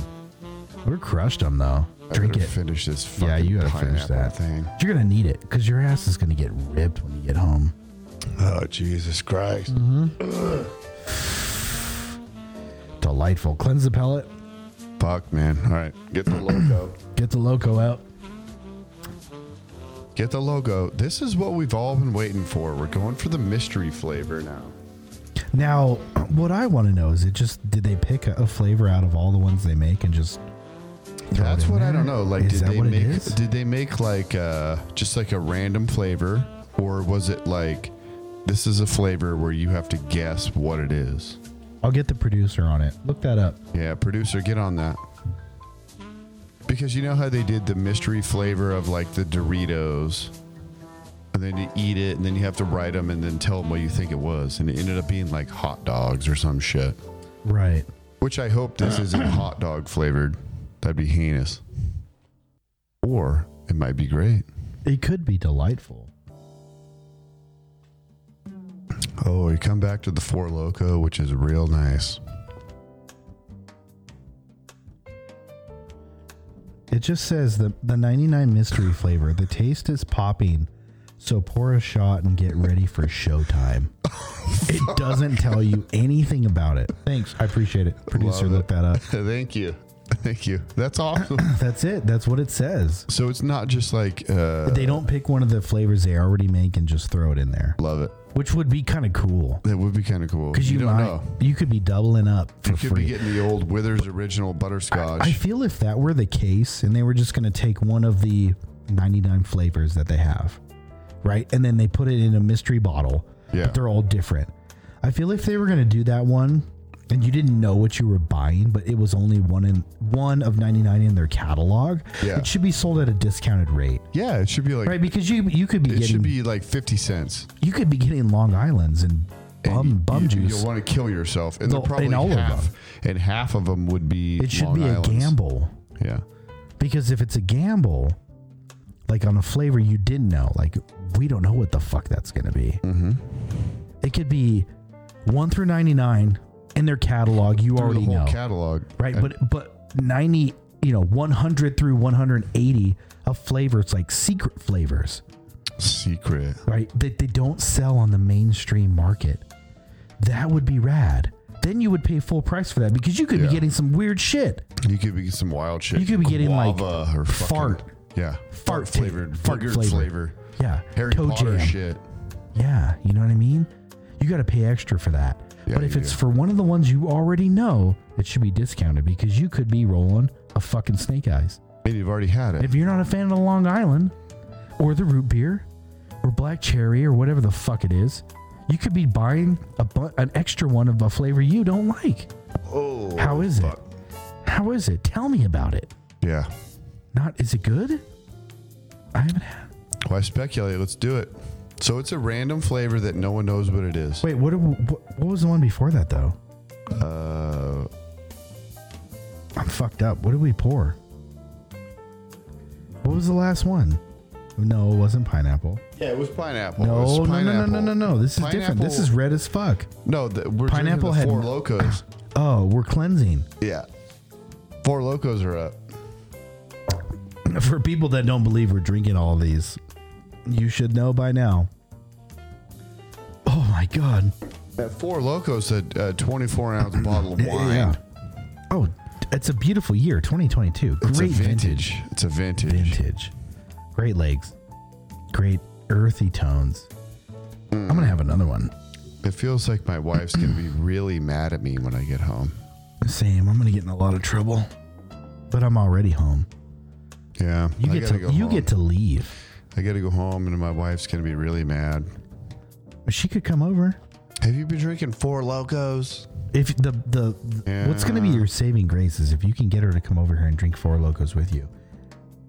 Speaker 4: we're crushed them though. Drink
Speaker 3: I better
Speaker 4: it.
Speaker 3: Finish this. Fucking
Speaker 4: yeah, you gotta finish
Speaker 3: pineapple
Speaker 4: that
Speaker 3: thing.
Speaker 4: You're gonna need it because your ass is gonna get ripped when you get home.
Speaker 3: Oh Jesus Christ!
Speaker 4: Mm-hmm. Delightful. Cleanse the pellet.
Speaker 3: Fuck, man. All right, get the logo.
Speaker 4: Get the loco out.
Speaker 3: get the logo. This is what we've all been waiting for. We're going for the mystery flavor now.
Speaker 4: Now, what I want to know is, it just did they pick a, a flavor out of all the ones they make and just? throw it
Speaker 3: That's
Speaker 4: in
Speaker 3: what I
Speaker 4: there?
Speaker 3: don't know. Like,
Speaker 4: Is
Speaker 3: did
Speaker 4: that
Speaker 3: they
Speaker 4: what it
Speaker 3: make?
Speaker 4: is?
Speaker 3: Did they make like uh, just like a random flavor, or was it like this is a flavor where you have to guess what it is?
Speaker 4: I'll get the producer on it. Look that up.
Speaker 3: Yeah, producer, get on that. Because you know how they did the mystery flavor of like the Doritos, and then you eat it, and then you have to write them, and then tell them what you think it was, and it ended up being like hot dogs or some shit.
Speaker 4: Right. Uh-huh.
Speaker 3: Which I hope this isn't hot dog flavored. That'd be heinous. Or it might be great.
Speaker 4: It could be delightful.
Speaker 3: Oh, you come back to the Four Loco, which is real nice.
Speaker 4: It just says the the 99 mystery flavor. The taste is popping. So pour a shot and get ready for showtime. it doesn't tell you anything about it. Thanks. I appreciate it. Producer
Speaker 3: Love it.
Speaker 4: look that up.
Speaker 3: Thank you. Thank you. That's awesome.
Speaker 4: That's it. That's what it says.
Speaker 3: so it's not just like uh
Speaker 4: They don't pick one of the flavors they already make and just throw it in there,
Speaker 3: love it.
Speaker 4: which would be kind of cool
Speaker 3: That would be kind of cool.
Speaker 4: because you,
Speaker 3: don't
Speaker 4: might,
Speaker 3: know.
Speaker 4: you could be doubling up for
Speaker 3: You could
Speaker 4: free.
Speaker 3: be getting the old Withers original butterscotch.
Speaker 4: I feel if that were the case and they were just going to take one of the 99 flavors that they have, right? And then they put it in a mystery bottle,
Speaker 3: Yeah.
Speaker 4: but they're all different. I feel if they were going to do that one and you didn't know what you were buying, but it was only one in one of 99 in their catalog,
Speaker 3: Yeah.
Speaker 4: it should be sold at a discounted rate.
Speaker 3: yeah, it should be like
Speaker 4: Right, because you you could be
Speaker 3: it
Speaker 4: getting
Speaker 3: should be like fifty cents.
Speaker 4: you could be getting Long Island's and bum bum
Speaker 3: you,
Speaker 4: juice.
Speaker 3: You'll want to kill yourself, and
Speaker 4: The-
Speaker 3: they're probably
Speaker 4: in all of
Speaker 3: half.
Speaker 4: them.
Speaker 3: And half of them would be.
Speaker 4: it should
Speaker 3: Long
Speaker 4: be
Speaker 3: Islands.
Speaker 4: a gamble.
Speaker 3: Yeah.
Speaker 4: Because if it's a gamble, like on a flavor you didn't know, like we don't know what the fuck that's gonna be. Mm-hmm. It could be one through ninety nine in their catalog. You
Speaker 3: Through
Speaker 4: already
Speaker 3: the whole
Speaker 4: know,
Speaker 3: catalog.
Speaker 4: right?
Speaker 3: And
Speaker 4: But but ninety, you know, one hundred through one hundred and eighty of flavors, like secret flavors,
Speaker 3: secret.
Speaker 4: right? That they don't sell on the mainstream market. That would be rad. Then you would pay full price for that because you could
Speaker 3: Yeah.
Speaker 4: be getting some weird shit.
Speaker 3: You could be getting some wild shit.
Speaker 4: You could be getting, like,
Speaker 3: Guava or fucking-
Speaker 4: fart.
Speaker 3: Yeah.
Speaker 4: Fart ta-
Speaker 3: flavored.
Speaker 4: fart
Speaker 3: burger
Speaker 4: flavor.
Speaker 3: flavor.
Speaker 4: Yeah,
Speaker 3: Harry
Speaker 4: toe
Speaker 3: Potter
Speaker 4: jam.
Speaker 3: shit.
Speaker 4: Yeah, you know what I mean? You got to pay extra for that.
Speaker 3: Yeah,
Speaker 4: but if
Speaker 3: you
Speaker 4: it's
Speaker 3: do.
Speaker 4: for one of the ones you already know, it should be discounted because you could be rolling a fucking snake eyes.
Speaker 3: And you've already had it.
Speaker 4: If you're not a fan of the Long Island or the root beer or black cherry or whatever the fuck it is, you could be buying a bu- an extra one of a flavor you don't like.
Speaker 3: oh.
Speaker 4: How is it? How is it? Tell me about it.
Speaker 3: Yeah.
Speaker 4: Not is it good? I haven't had.
Speaker 3: Why speculate? Let's do it. So it's a random flavor that no one knows what it is.
Speaker 4: Wait, what, what what was the one before that though?
Speaker 3: Uh,
Speaker 4: I'm fucked up. What did we pour? What was the last one? No, it wasn't pineapple.
Speaker 3: yeah, it was pineapple. It was
Speaker 4: No, no, no, no,
Speaker 3: pineapple.
Speaker 4: no, no, no. This is different. This
Speaker 3: Pineapple-
Speaker 4: is red as fuck.
Speaker 3: No, the, we're pineapple
Speaker 4: Pineapple
Speaker 3: the
Speaker 4: had-
Speaker 3: four locos.
Speaker 4: Oh, we're cleansing.
Speaker 3: yeah, four locos are up.
Speaker 4: For people that don't believe we're drinking all these, you should know by now. Oh my god.
Speaker 3: That four locos, a, a twenty-four ounce bottle of wine.
Speaker 4: Yeah. Oh, it's a beautiful year, 2022. Great
Speaker 3: It's a
Speaker 4: vintage.
Speaker 3: vintage. It's a vintage.
Speaker 4: vintage. Great legs. Great earthy tones. I'm going to have another one.
Speaker 3: It feels like my wife's gonna be really mad at me when I get home.
Speaker 4: Same. I'm gonna get in a lot of trouble, but I'm already home.
Speaker 3: Yeah,
Speaker 4: You
Speaker 3: I
Speaker 4: get
Speaker 3: gotta
Speaker 4: to
Speaker 3: go
Speaker 4: you
Speaker 3: home.
Speaker 4: get to leave.
Speaker 3: I gotta go home, and my wife's gonna be really mad.
Speaker 4: She could come over
Speaker 3: Have you been drinking four locos?
Speaker 4: if the the what's gonna be
Speaker 3: Yeah.
Speaker 4: your saving grace is if you can get her to come over here and drink four locos with you.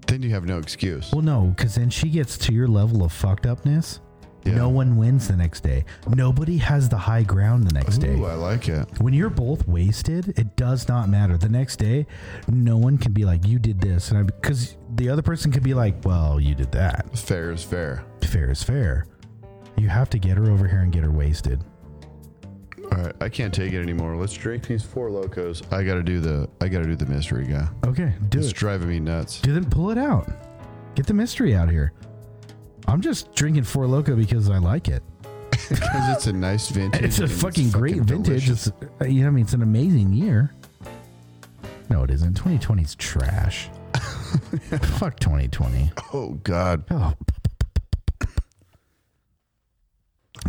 Speaker 3: Then you have no excuse.
Speaker 4: Well, no, because then she gets to your level of fucked upness.
Speaker 3: Yeah.
Speaker 4: No one wins the next day. Nobody has the high ground the next day.
Speaker 3: Ooh, I like it.
Speaker 4: When you're both wasted, it does not matter. The next day, no one can be like, "You did this," and I because the other person could be like, "Well, you did that."
Speaker 3: Fair is fair.
Speaker 4: fair is fair. You have to get her over here and get her wasted.
Speaker 3: All right, I can't take it anymore. Let's drink these four locos. I gotta do the. I gotta do the mystery guy.
Speaker 4: Okay, do
Speaker 3: It's
Speaker 4: it.
Speaker 3: driving me nuts.
Speaker 4: Do them. Pull it out. Get the mystery out here. I'm just drinking Four Loco because I like it.
Speaker 3: Because it's a nice vintage.
Speaker 4: It's a
Speaker 3: and
Speaker 4: fucking great
Speaker 3: fucking
Speaker 4: vintage.
Speaker 3: delicious.
Speaker 4: It's, uh, you know, I mean, it's an amazing year. No, it isn't. 2020 is trash. Fuck 2020.
Speaker 3: oh God.
Speaker 4: Oh.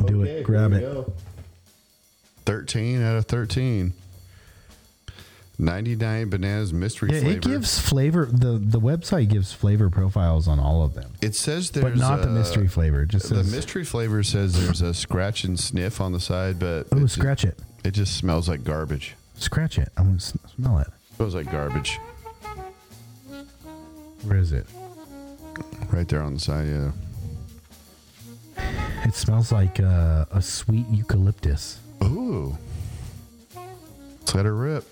Speaker 4: Do it. Grab it.
Speaker 3: Thirteen out of thirteen. Ninety-nine bananas mystery
Speaker 4: Yeah,
Speaker 3: flavor.
Speaker 4: it gives flavor. The the website gives flavor profiles on all of them,
Speaker 3: It says there's
Speaker 4: but not the
Speaker 3: a-
Speaker 4: mystery flavor. It Just
Speaker 3: The
Speaker 4: says,
Speaker 3: mystery flavor says there's a scratch and sniff on the side, but
Speaker 4: Oh,
Speaker 3: it,
Speaker 4: scratch it.
Speaker 3: just, it just smells like garbage.
Speaker 4: Scratch it. I want to smell it.
Speaker 3: smells like garbage.
Speaker 4: Where is it?
Speaker 3: Right there on the side. Yeah.
Speaker 4: It smells like uh, a sweet eucalyptus.
Speaker 3: Ooh. Let's let her rip.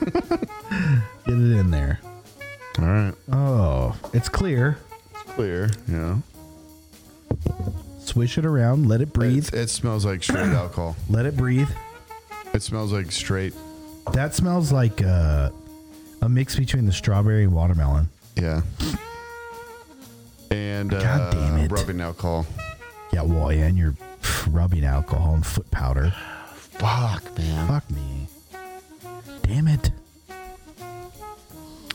Speaker 4: Get it in there.
Speaker 3: All right.
Speaker 4: Oh, it's clear.
Speaker 3: Clear. Yeah.
Speaker 4: Swish it around. Let it breathe.
Speaker 3: It, it smells like straight alcohol.
Speaker 4: Let it breathe.
Speaker 3: It smells like straight.
Speaker 4: That smells like uh, a mix between the strawberry and watermelon.
Speaker 3: Yeah. And uh,
Speaker 4: God damn it.
Speaker 3: rubbing alcohol.
Speaker 4: Yeah, well, yeah, and you're rubbing alcohol and foot powder.
Speaker 3: Fuck, man.
Speaker 4: Fuck me. Damn it.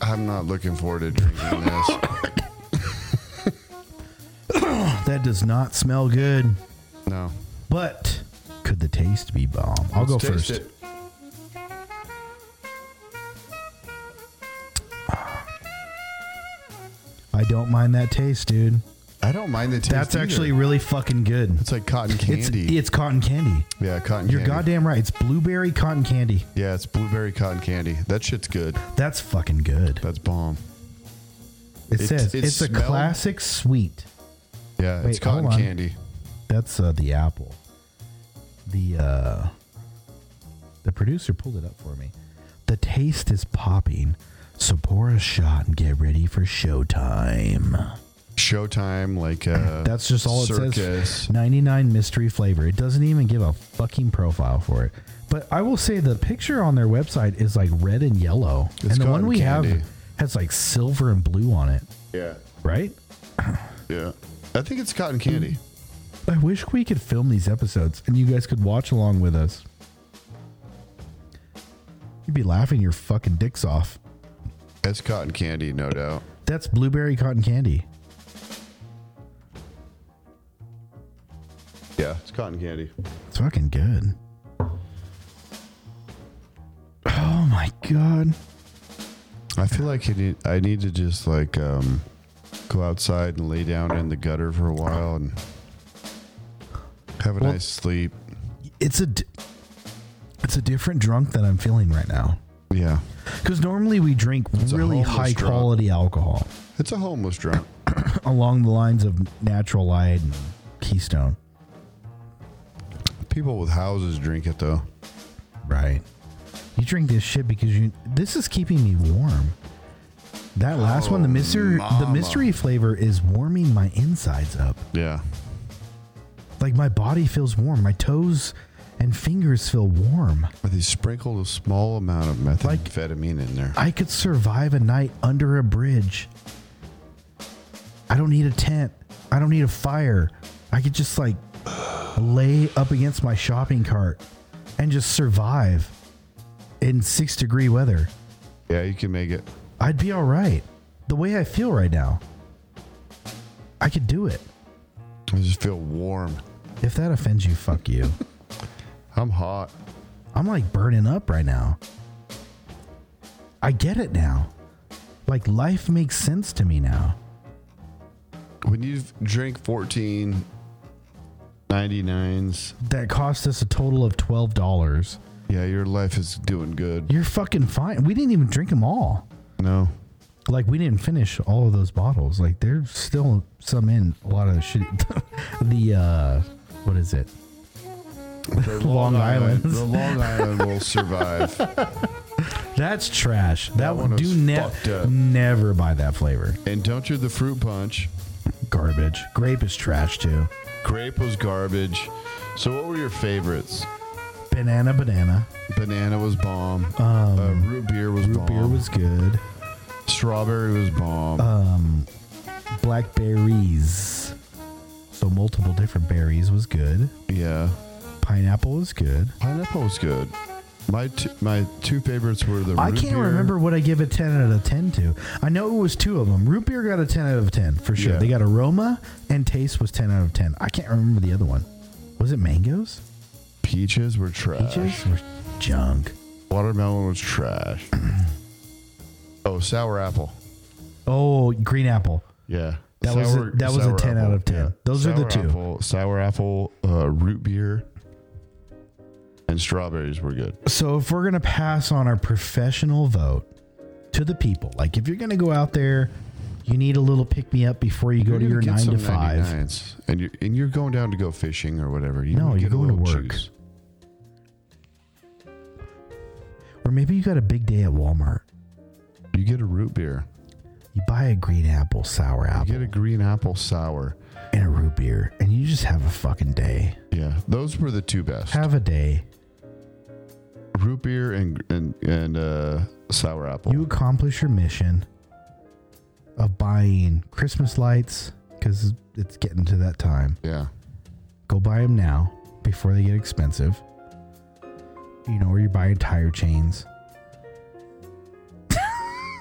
Speaker 3: I'm not looking forward to drinking this.
Speaker 4: That does not smell good.
Speaker 3: No.
Speaker 4: But could the taste be bomb? I'll go
Speaker 3: Let's taste
Speaker 4: first.
Speaker 3: it.
Speaker 4: I don't mind that taste, dude.
Speaker 3: I don't mind the taste.
Speaker 4: That's
Speaker 3: either.
Speaker 4: actually really fucking good.
Speaker 3: It's like cotton
Speaker 4: It's
Speaker 3: candy.
Speaker 4: it's cotton candy.
Speaker 3: yeah, cotton
Speaker 4: You're
Speaker 3: candy.
Speaker 4: goddamn right. It's blueberry cotton candy.
Speaker 3: Yeah, it's blueberry cotton candy. That shit's good.
Speaker 4: That's fucking good.
Speaker 3: That's bomb.
Speaker 4: It,
Speaker 3: it-
Speaker 4: says
Speaker 3: it
Speaker 4: it's a
Speaker 3: smelled-
Speaker 4: classic sweet.
Speaker 3: Yeah, it's
Speaker 4: Wait,
Speaker 3: cotton
Speaker 4: hold on.
Speaker 3: candy.
Speaker 4: That's uh, the apple. The uh, the producer pulled it up for me. The taste is popping, so pour a shot and get ready for showtime.
Speaker 3: Showtime, like uh
Speaker 4: That's just all it
Speaker 3: circus.
Speaker 4: says. Ninety nine mystery flavor. It doesn't even give a fucking profile for it. But I will say the picture on their website is like red and yellow,
Speaker 3: It's
Speaker 4: and the one
Speaker 3: cotton
Speaker 4: we have
Speaker 3: candy.
Speaker 4: has like silver and blue on it.
Speaker 3: Yeah.
Speaker 4: Right?
Speaker 3: Yeah. I think it's cotton candy.
Speaker 4: Hmm. I wish we could film these episodes and you guys could watch along with us. You'd be laughing your fucking dicks off.
Speaker 3: It's cotton candy, no doubt.
Speaker 4: That's blueberry cotton candy.
Speaker 3: Yeah, it's cotton candy.
Speaker 4: It's fucking good. Oh my god.
Speaker 3: I feel like I need, I need to just like um, go outside and lay down in the gutter for a while and have a
Speaker 4: Well-
Speaker 3: nice sleep.
Speaker 4: It's a di- it's a different drunk that I'm feeling right now.
Speaker 3: Yeah,
Speaker 4: Cuz normally we drink
Speaker 3: a
Speaker 4: really
Speaker 3: homeless
Speaker 4: high
Speaker 3: drunk.
Speaker 4: quality alcohol
Speaker 3: it's a homeless drunk.
Speaker 4: along the lines of Natural Light and Keystone.
Speaker 3: People with houses drink it though.
Speaker 4: Right. You drink this shit because you. This is keeping me warm. That last one, the mystery, the mystery flavor is warming my insides up.
Speaker 3: Yeah,
Speaker 4: Like my body feels warm. My toes and fingers feel warm.
Speaker 3: but they sprinkled a small amount of methamphetamine in there.
Speaker 4: I could survive a night under a bridge. I don't need a tent. I don't need a fire. I could just like lay up against my shopping cart and just survive in six degree weather.
Speaker 3: yeah, you can make it.
Speaker 4: I'd be all right. The way I feel right now, I could do it.
Speaker 3: I just feel warm.
Speaker 4: If that offends you, fuck you.
Speaker 3: I'm hot.
Speaker 4: I'm like burning up right now. I get it now. Like life makes sense to me now.
Speaker 3: When you drink 14 99s,
Speaker 4: That cost us a total of twelve dollars.
Speaker 3: yeah, your life is doing good.
Speaker 4: You're fucking fine. We didn't even drink them all.
Speaker 3: No.
Speaker 4: Like we didn't finish all of those bottles. Like there's still some in a lot of the shit. the uh, what is it?
Speaker 3: The
Speaker 4: Long Island.
Speaker 3: The Long Island will survive.
Speaker 4: That's trash. That,
Speaker 3: That
Speaker 4: one,
Speaker 3: one
Speaker 4: do
Speaker 3: was
Speaker 4: ne-
Speaker 3: fucked up.
Speaker 4: never buy that flavor.
Speaker 3: and don't you the fruit punch.
Speaker 4: Garbage. Grape is trash too.
Speaker 3: Grape was garbage. So what were your favorites?
Speaker 4: Banana, banana.
Speaker 3: Banana was bomb. uh, root beer was
Speaker 4: Um, Root
Speaker 3: bomb.
Speaker 4: beer was Um, good.
Speaker 3: strawberry was bomb.
Speaker 4: Blackberries. So multiple different berries was good.
Speaker 3: yeah.
Speaker 4: Pineapple was good.
Speaker 3: Pineapple was good. My t- my two favorites were the
Speaker 4: I
Speaker 3: root
Speaker 4: can't
Speaker 3: beer.
Speaker 4: remember what I give a 10 out of 10 to. I know it was two of them. Root beer got a 10 out of 10 for sure.
Speaker 3: Yeah.
Speaker 4: They got aroma and taste was 10 out of 10. I can't remember the other one. Was it mangoes?
Speaker 3: peaches were trash.
Speaker 4: Peaches? Or junk.
Speaker 3: Watermelon was trash. oh, sour apple.
Speaker 4: Oh, green apple.
Speaker 3: Yeah.
Speaker 4: That was a- that was a 10 out of 10. Those are the
Speaker 3: Sour
Speaker 4: two.
Speaker 3: apple- sour apple, uh, root beer, and strawberries were good.
Speaker 4: So if we're gonna pass on our professional vote to the people, like if you're gonna go out there, you need a little pick me up before you go to your
Speaker 3: You're gonna
Speaker 4: nine
Speaker 3: get
Speaker 4: to
Speaker 3: some
Speaker 4: five.
Speaker 3: 99s, and you're and you're going down to go fishing or whatever. You
Speaker 4: No,
Speaker 3: wanna
Speaker 4: you're
Speaker 3: get a
Speaker 4: going to
Speaker 3: little
Speaker 4: work.
Speaker 3: juice.
Speaker 4: Or maybe you got a big day at Walmart.
Speaker 3: You get a root beer.
Speaker 4: You buy a green apple, sour
Speaker 3: You
Speaker 4: apple,
Speaker 3: get a green apple sour.
Speaker 4: and a root beer, and you just have a fucking day.
Speaker 3: Yeah, those were the two best.
Speaker 4: Have a day.
Speaker 3: root beer and and and uh, sour apple.
Speaker 4: You accomplish your mission of buying Christmas lights because it's getting to that time.
Speaker 3: yeah,
Speaker 4: Go buy them now before they get expensive. You know, or you're buying tire chains.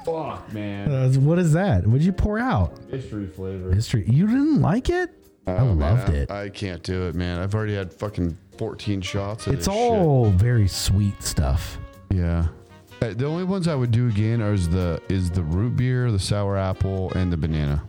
Speaker 5: Fuck, man.
Speaker 4: Uh, what is that? What'd you pour out?
Speaker 5: Mystery flavor.
Speaker 4: History. You didn't like it? I
Speaker 3: Oh, man,
Speaker 4: loved
Speaker 3: I-
Speaker 4: it.
Speaker 3: I, can't do it, man. I've already had fucking fourteen shots. Of
Speaker 4: it's
Speaker 3: this
Speaker 4: all very sweet stuff.
Speaker 3: shit. yeah. Uh, The only ones I would do again are is the is the root beer, the sour apple, and the banana.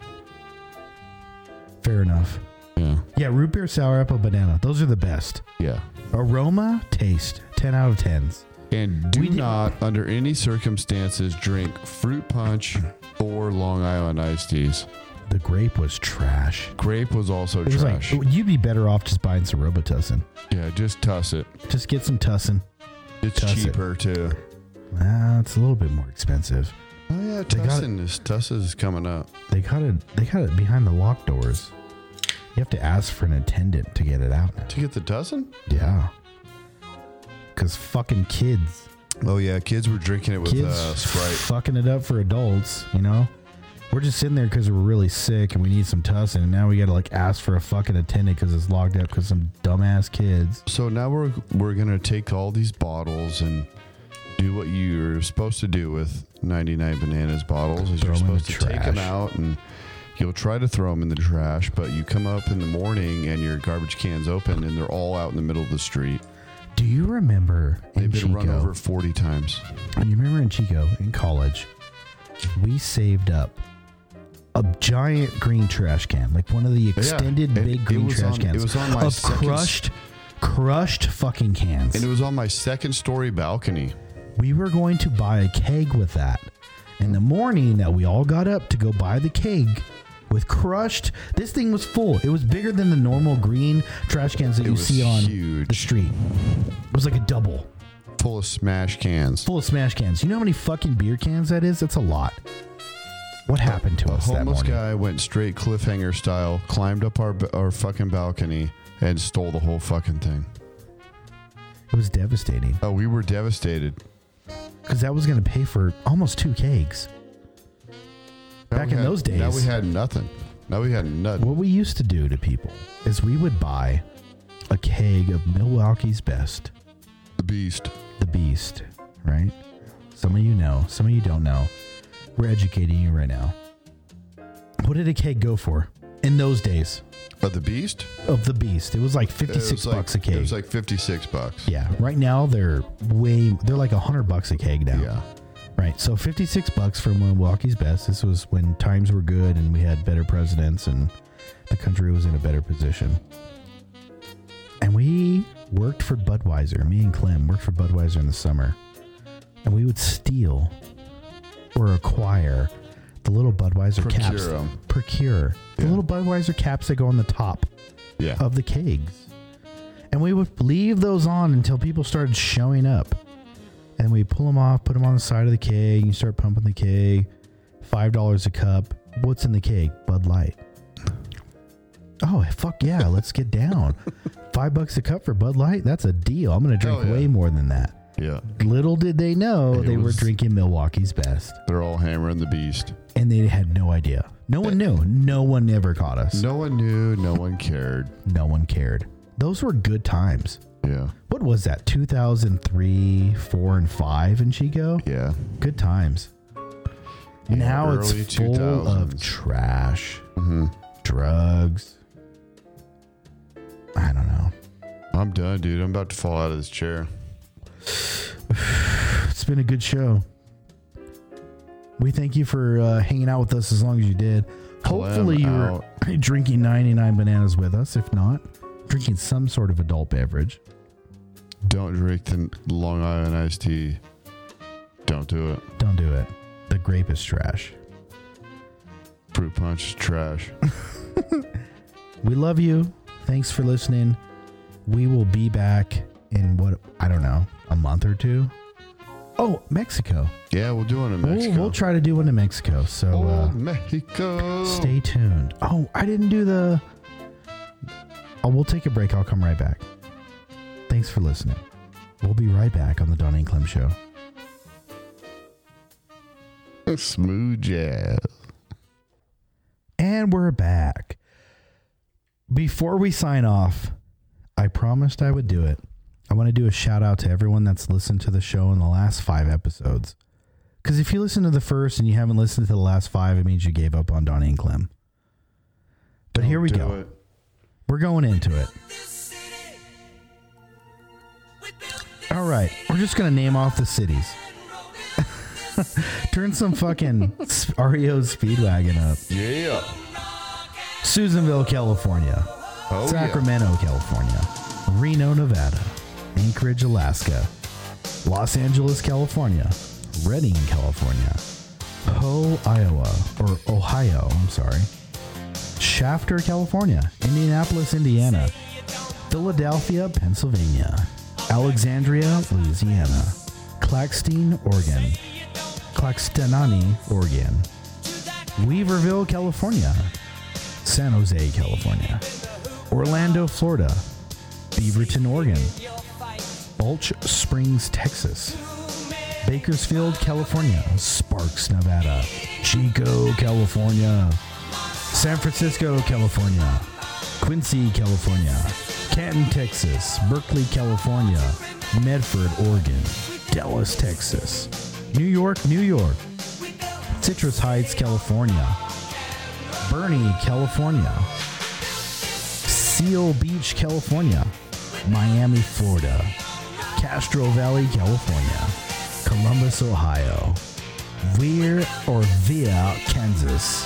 Speaker 4: Fair enough.
Speaker 3: Yeah,
Speaker 4: Yeah, root beer, sour apple, banana. Those are the best.
Speaker 3: yeah.
Speaker 4: Aroma, taste, 10 out of 10s.
Speaker 3: And do
Speaker 4: We did-
Speaker 3: not, under any circumstances, drink fruit punch or Long Island iced teas.
Speaker 4: The grape was trash.
Speaker 3: Grape was also
Speaker 4: It was
Speaker 3: trash.
Speaker 4: like, you'd be better off just buying some Robitussin.
Speaker 3: yeah, just toss it.
Speaker 4: Just get some Tussin.
Speaker 3: It's
Speaker 4: Toss it.
Speaker 3: cheaper too.
Speaker 4: Ah, it's a little bit more expensive.
Speaker 3: Oh yeah,
Speaker 4: got
Speaker 3: Tussin is Tussin is coming up.
Speaker 4: They got it. They got it behind the locked doors. You have to ask for an attendant to get it out. now.
Speaker 3: To get the Tussin?
Speaker 4: Yeah, because fucking kids,
Speaker 3: Oh yeah, kids were drinking it with
Speaker 4: kids
Speaker 3: uh, Sprite.
Speaker 4: fucking it up for adults. You know, we're just sitting there because we're really sick and we need some tussin, and now we got to like ask for a fucking attendant because it's locked up because some dumbass kids.
Speaker 3: So now we're we're gonna take all these bottles and do what you're supposed to do with 99 bananas bottles. Is
Speaker 4: Throw
Speaker 3: you're
Speaker 4: 'em in the
Speaker 3: supposed to take
Speaker 4: trash.
Speaker 3: them out and you'll try to throw them in the trash, but you come up in the morning and your garbage can's open and they're all out in the middle of the street.
Speaker 4: Do you remember
Speaker 3: They've
Speaker 4: in
Speaker 3: been
Speaker 4: Chico?
Speaker 3: run over 40 times.
Speaker 4: You remember in Chico in college, we saved up a giant green trash can, like one of the extended
Speaker 3: and
Speaker 4: big
Speaker 3: it
Speaker 4: green
Speaker 3: was
Speaker 4: trash
Speaker 3: on- it
Speaker 4: cans.
Speaker 3: was on my
Speaker 4: of
Speaker 3: second s-
Speaker 4: crushed, crushed fucking cans.
Speaker 3: And it was on my second story balcony.
Speaker 4: we were going to buy a keg with that. In the morning that we all got up to go buy the keg with crushed, this thing was full. It was bigger than the normal green trash cans that
Speaker 3: It
Speaker 4: you
Speaker 3: was
Speaker 4: see on the
Speaker 3: huge.
Speaker 4: street. It was like a double
Speaker 3: Full of smash cans.
Speaker 4: full of smash cans. You know how many fucking beer cans that is? That's a lot. What happened to us that
Speaker 3: homeless
Speaker 4: morning?
Speaker 3: guy went straight cliffhanger style, climbed up our our fucking balcony, and stole the whole fucking thing.
Speaker 4: It was devastating
Speaker 3: Oh, we were devastated.
Speaker 4: because that was going to pay for almost two kegs.
Speaker 3: Now
Speaker 4: Back
Speaker 3: we
Speaker 4: in
Speaker 3: had-
Speaker 4: those
Speaker 3: now
Speaker 4: days.
Speaker 3: we had nothing. Now we had nothing.
Speaker 4: What we used to do to people is we would buy a keg of Milwaukee's Best,
Speaker 3: The beast.
Speaker 4: the Beast, right? Some of you know, some of you don't know. We're educating you right now. What did a keg go for in those days
Speaker 3: But the beast.
Speaker 4: of the Beast? It was like
Speaker 3: It was
Speaker 4: 56
Speaker 3: like-
Speaker 4: bucks a keg.
Speaker 3: It was like fifty-six bucks.
Speaker 4: Yeah. Right now they're way they're like hundred bucks a keg now.
Speaker 3: Yeah.
Speaker 4: Right. So fifty six bucks for Milwaukee's best. This was when times were good and we had better presidents and the country was in a better position. And we worked for Budweiser. Me and Clem worked for Budweiser in the summer. And we would steal or acquire the little Budweiser caps.
Speaker 3: Procure 'em.
Speaker 4: Procure. The
Speaker 3: Yeah.
Speaker 4: little Budweiser caps that go on the top
Speaker 3: Yeah.
Speaker 4: of the kegs. And we would leave those on until people started showing up. And we pull them off, put them on the side of the keg, and you start pumping the keg. Five dollars a cup. What's in the keg? Bud Light. Oh fuck yeah, let's get down. Five bucks a cup for Bud Light? That's a deal. I'm gonna drink
Speaker 3: Hell yeah.
Speaker 4: way more than that.
Speaker 3: yeah.
Speaker 4: Little did they know
Speaker 3: It
Speaker 4: they were
Speaker 3: was-
Speaker 4: drinking Milwaukee's best.
Speaker 3: They're all hammering the beast.
Speaker 4: And they had no idea. No one knew. No one ever caught us.
Speaker 3: No one knew. No one cared.
Speaker 4: no one cared. Those were good times.
Speaker 3: Yeah.
Speaker 4: what was that 2003 4 and 5 in chico
Speaker 3: Yeah.
Speaker 4: good times now it's
Speaker 3: early
Speaker 4: full of
Speaker 3: 2000s.
Speaker 4: trash
Speaker 3: hmm
Speaker 4: drugs i don't know
Speaker 3: I'm done, dude. I'm about to fall out of this chair.
Speaker 4: it's been a good show we thank you for uh, hanging out with us as long as you did hopefully you were drinking 99 bananas with us if not drinking some sort of adult beverage
Speaker 3: Don't drink the Long Island iced tea. Don't do it.
Speaker 4: don't do it the grape is trash
Speaker 3: Fruit punch is trash.
Speaker 4: we love you. Thanks for listening. We will be back in what I don't know, a month or two Oh, Mexico.
Speaker 3: Yeah, we'll do one in
Speaker 4: We'll-
Speaker 3: Mexico.
Speaker 4: We'll, try to do one in Mexico. So
Speaker 3: Oh,
Speaker 4: uh,
Speaker 3: Mexico.
Speaker 4: stay tuned. Oh, I didn't do the. Oh, we'll take a break. I'll come right back. Thanks for listening. We'll be right back on the Donnie and Clem Show.
Speaker 3: Smooth jazz.
Speaker 4: And we're back. Before we sign off, I promised I would do it. I want to do a shout out to everyone that's listened to the show in the last five episodes. Because if you listen to the first and you haven't listened to the last five, it means you gave up on Donnie and Clem. But here we
Speaker 3: Do
Speaker 4: go.
Speaker 3: it.
Speaker 4: We're going into it. All right. We're just going to name off the cities. Turn some fucking E REO Speedwagon up.
Speaker 3: Yeah.
Speaker 4: Susanville, California.
Speaker 3: Oh,
Speaker 4: Sacramento, California. Reno, Nevada. Anchorage, Alaska. Los Angeles, California. Redding, California. Ho, Iowa, or Ohio, I'm sorry. Shafter, California. Indianapolis, Indiana. Philadelphia, Pennsylvania. Alexandria, Louisiana. Claxton, Oregon. Claxtonani, Oregon. Weaverville, California. San Jose, California. Orlando, Florida. Beaverton, Oregon. Bulch Springs, Texas. Bakersfield, California. Sparks, Nevada. Chico, California. San Francisco, California. Quincy, California. Canton, Texas. Berkeley, California. Medford, Oregon. Dallas, Texas. New York, New York. Citrus Heights, California. Bernie, California. Seal Beach, California. Miami, Florida. Castro Valley, California. Columbus, Ohio. Weir or Via, Kansas.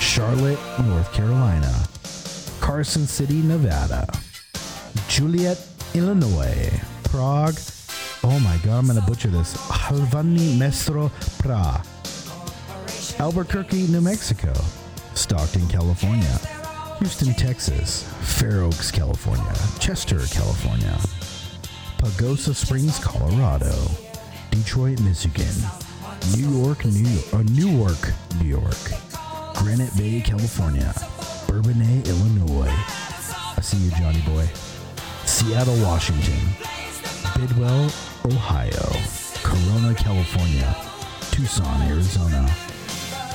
Speaker 4: Charlotte, North Carolina. Carson City, Nevada. Juliet, Illinois. Prague. Oh my god, I'm gonna butcher this. Halvani Mestro Pra. Albuquerque, New Mexico. Stockton, California. Houston, Texas. Fair Oaks, California. Chester, California. Pagosa Springs, Colorado. Detroit, Michigan. New York, New York, uh, Newark, New York. Granite Bay, California. Bourbonnais, Illinois. I see you, Johnny boy. Seattle, Washington. Bidwell, Ohio. Corona, California. Tucson, Arizona.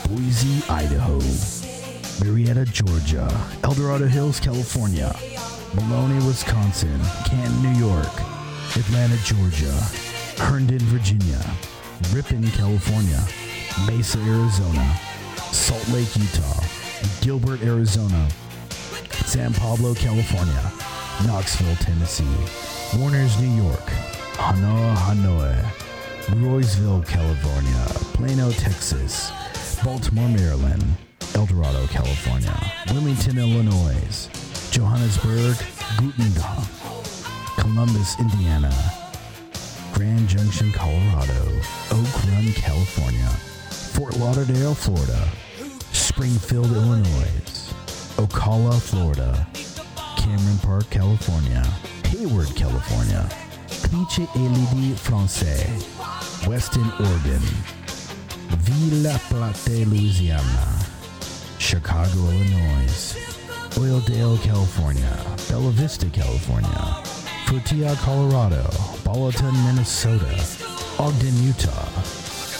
Speaker 4: Boise, Idaho. Marietta, Georgia. El Dorado Hills, California. Maloney, Wisconsin. Canton, New York. Atlanta, Georgia. Herndon, Virginia. Ripon, California. Mesa, Arizona. Salt Lake, Utah. Gilbert, Arizona. San Pablo, California. Knoxville, Tennessee. Warners, New York. Hanoa, Hanoi. Roysville, California. Plano, Texas. Baltimore, Maryland. El Dorado, California. Wilmington, Illinois. Johannesburg, Gutenberg. Columbus, Indiana. Grand Junction, Colorado. Oak Run, California. Fort Lauderdale, Florida. Springfield, Illinois. Ocala, Florida. Cameron Park, California. Hayward, California. Cliche Elidie Francais. Weston, Oregon. Villa Plate, Louisiana. Chicago, Illinois. Oildale, California. Bella Vista, California. Frutia, Colorado. Bolleton, Minnesota. Ogden, Utah.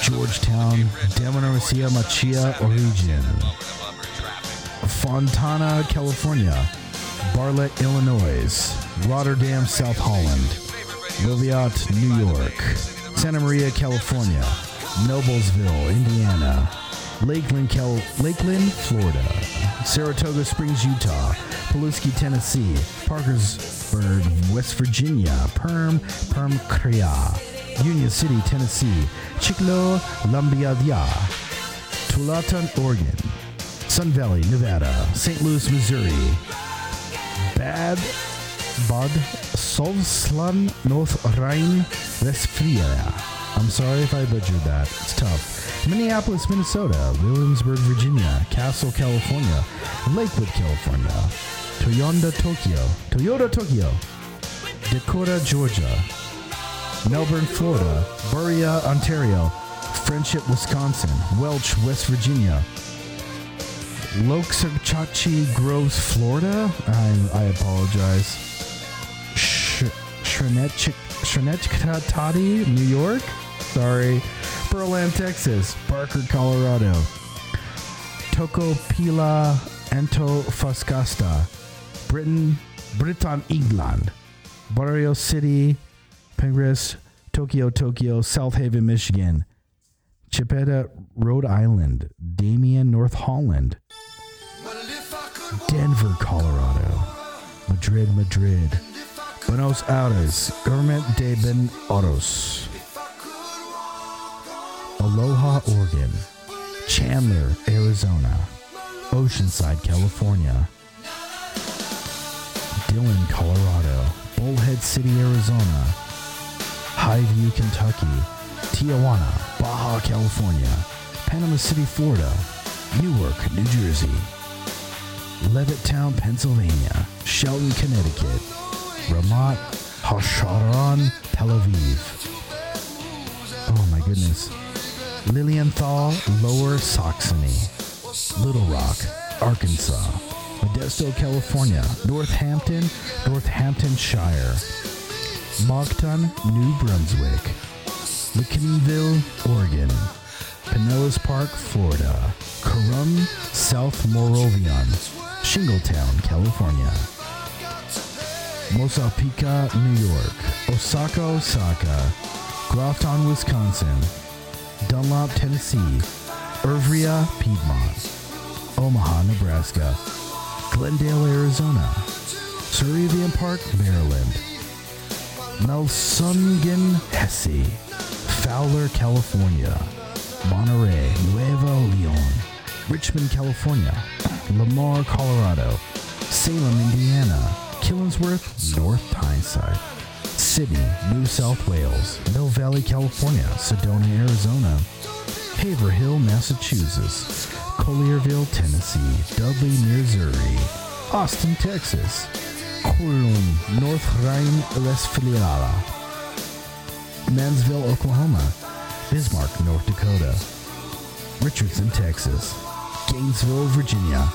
Speaker 4: Georgetown, Demanorcia Machia, Oregon. Fontana, California. Bartlett, Illinois. Rotterdam, South Holland. Liviat, New York. Santa Maria, California. Noblesville, Indiana. Lakeland, Cal- Lakeland, Florida. Saratoga Springs, Utah. Pulaski, Tennessee. Parkersburg, West Virginia. Perm, Perm, Korea. Union City, Tennessee. Chiclo, Lumbiadia. Tualatin, Oregon. Sun Valley, Nevada. St. Louis, Missouri. Bad Bad Solslan, North Rhine, Westphalia. I'm sorry if I butchered that. It's tough. Minneapolis, Minnesota. Williamsburg, Virginia. Castle, California. Lakewood, California. Toyota, Tokyo. Toyota, Tokyo. Dakota, Georgia. Melbourne, Florida, Berea, Ontario, Friendship, Wisconsin, Welch, West Virginia, Loxachachi Groves, Florida. I, I apologize. Sh- Shrenetch- Shrenetchkatati, New York. Sorry. Berlin, Texas. Barker, Colorado. Tocopila, Antofagasta. Britain, Britain, England. Barrio City, Pengris, Tokyo, Tokyo, South Haven, Michigan. Chipeta, Rhode Island. Damien, North Holland. Denver, Colorado. Madrid, Madrid. Buenos Aires, Government de Ben Oros. Aloha, Oregon. Chandler, Arizona. Oceanside, California. Dillon, Colorado. Bullhead City, Arizona. Highview, Kentucky. Tijuana, Baja, California. Panama City, Florida. Newark, New Jersey. Levittown, Pennsylvania. Shelton, Connecticut. Ramat Hasharon, Tel Aviv. Oh my goodness. Lilienthal, Lower Saxony. Little Rock, Arkansas. Modesto, California. Northampton, Northamptonshire. Moncton, New Brunswick. McKinneyville, Oregon. Pinellas Park, Florida. Corum, South Moravian. Shingletown, California. Mosapika, New York. Osaka, Osaka. Grafton, Wisconsin. Dunlop, Tennessee. Irvia, Piedmont. Omaha, Nebraska. Glendale, Arizona. Cerevian Park, Maryland. Melsungen, Hesse. Fowler, California. Monterey, Nuevo Leon. Richmond, California. Lamar, Colorado. Salem, Indiana. Killingsworth, North Tyneside. Sydney, New South Wales. Mill Valley, California. Sedona, Arizona. Haverhill, Massachusetts. Collierville, Tennessee. Dudley, Missouri. Austin, Texas. Kulm, North Rhine-Westphalia. Mansville, Oklahoma. Bismarck, North Dakota. Richardson, Texas. Gainesville, Virginia.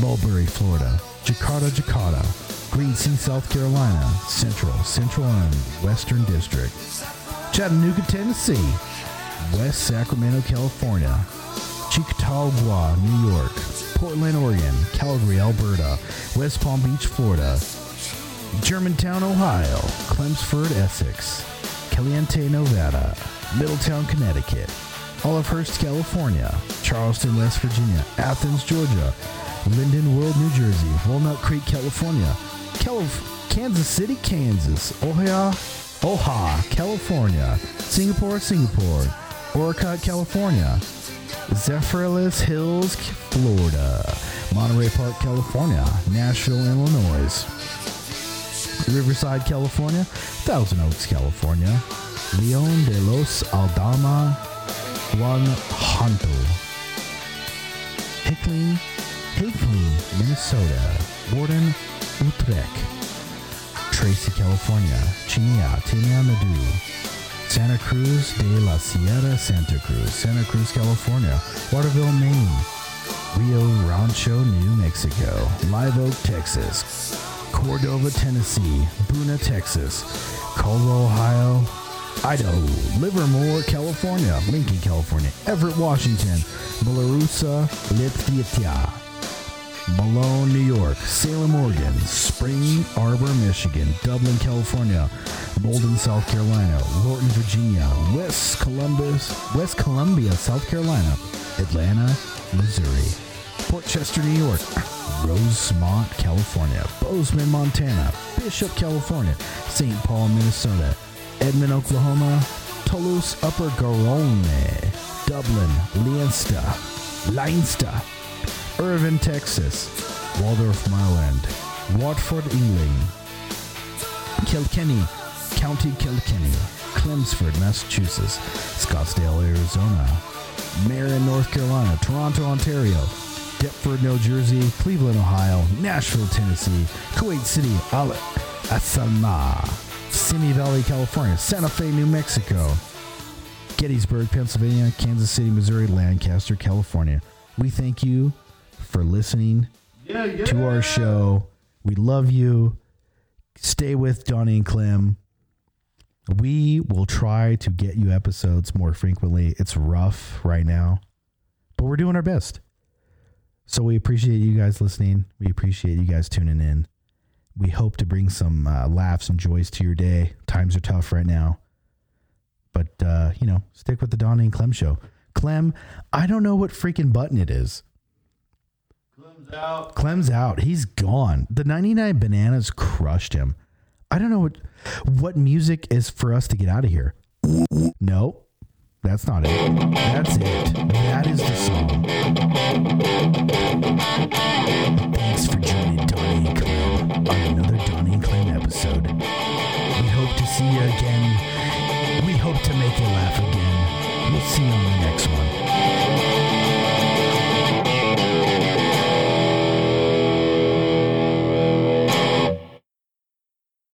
Speaker 4: Mulberry, Florida. Jakarta, Jakarta. Green Sea, South Carolina. Central, Central and Western District. Chattanooga, Tennessee. West Sacramento, California. Chicotagua, New York. Portland, Oregon. Calgary, Alberta. West Palm Beach, Florida. Germantown, Ohio. Clemsford, Essex. Caliente, Nevada. Middletown, Connecticut. Olivehurst, California. Charleston, West Virginia. Athens, Georgia. Linden World, New Jersey. Walnut Creek, California. Calif- Kansas City, Kansas. Ohio, Oha, California. Singapore, Singapore. Orcott, California. Zephyrhills Hills, Florida. Monterey Park, California. Nashville, Illinois. Riverside, California. Thousand Oaks, California. Leon de los Aldama, Guanajuato. Hickling, Hickling, Minnesota. Warden, Utrecht. Tracy, California. Chinia, Tianadu. Santa Cruz de la Sierra, Santa Cruz. Santa Cruz, California. Waterville, Maine. Rio Rancho, New Mexico. Live Oak, Texas. Cordova, Tennessee. Buna, Texas. Caldwell, Ohio. Idaho. Livermore, California. Lincoln, California. Everett, Washington. Belarusa, Lipthia. Malone, New York, Salem, Oregon, Spring Arbor, Michigan, Dublin, California, Bolden, South Carolina, Lorton, Virginia, West Columbus, West Columbia, South Carolina, Atlanta, Missouri, Port Chester, New York, Rosemont, California, Bozeman, Montana, Bishop, California, St. Paul, Minnesota, Edmond, Oklahoma, Toulouse, Upper Garonne, Dublin, Leinster, Leinster, Irvine, Texas, Waldorf, Maryland, Watford, England, Kilkenny, County Kilkenny, Chelmsford, Massachusetts, Scottsdale, Arizona, Marion, North Carolina, Toronto, Ontario, Deptford, New Jersey, Cleveland, Ohio, Nashville, Tennessee, Kuwait City, Al Asama, Simi Valley, California, Santa Fe, New Mexico, Gettysburg, Pennsylvania, Kansas City, Missouri, Lancaster, California. We thank you for listening to our show. We love you. Stay with Donnie and Clem. We will try to get you episodes more frequently. It's rough right now, but we're doing our best. So we appreciate you guys listening. We appreciate you guys tuning in. We hope to bring some uh, laughs and joys to your day. Times are tough right now. But, uh, you know, stick with the Donnie and Clem show. Clem, I don't know what freaking button it is. Clem's out. Clem's out. He's gone. The 99 Bananas crushed him. I don't know what what music is for us to get out of here. No, that's not it. That's it. That is the song. Thanks for joining Donnie and Clem on another Donnie and Clem episode. We hope to see you again. We hope to make you laugh again. We'll see you on the next one.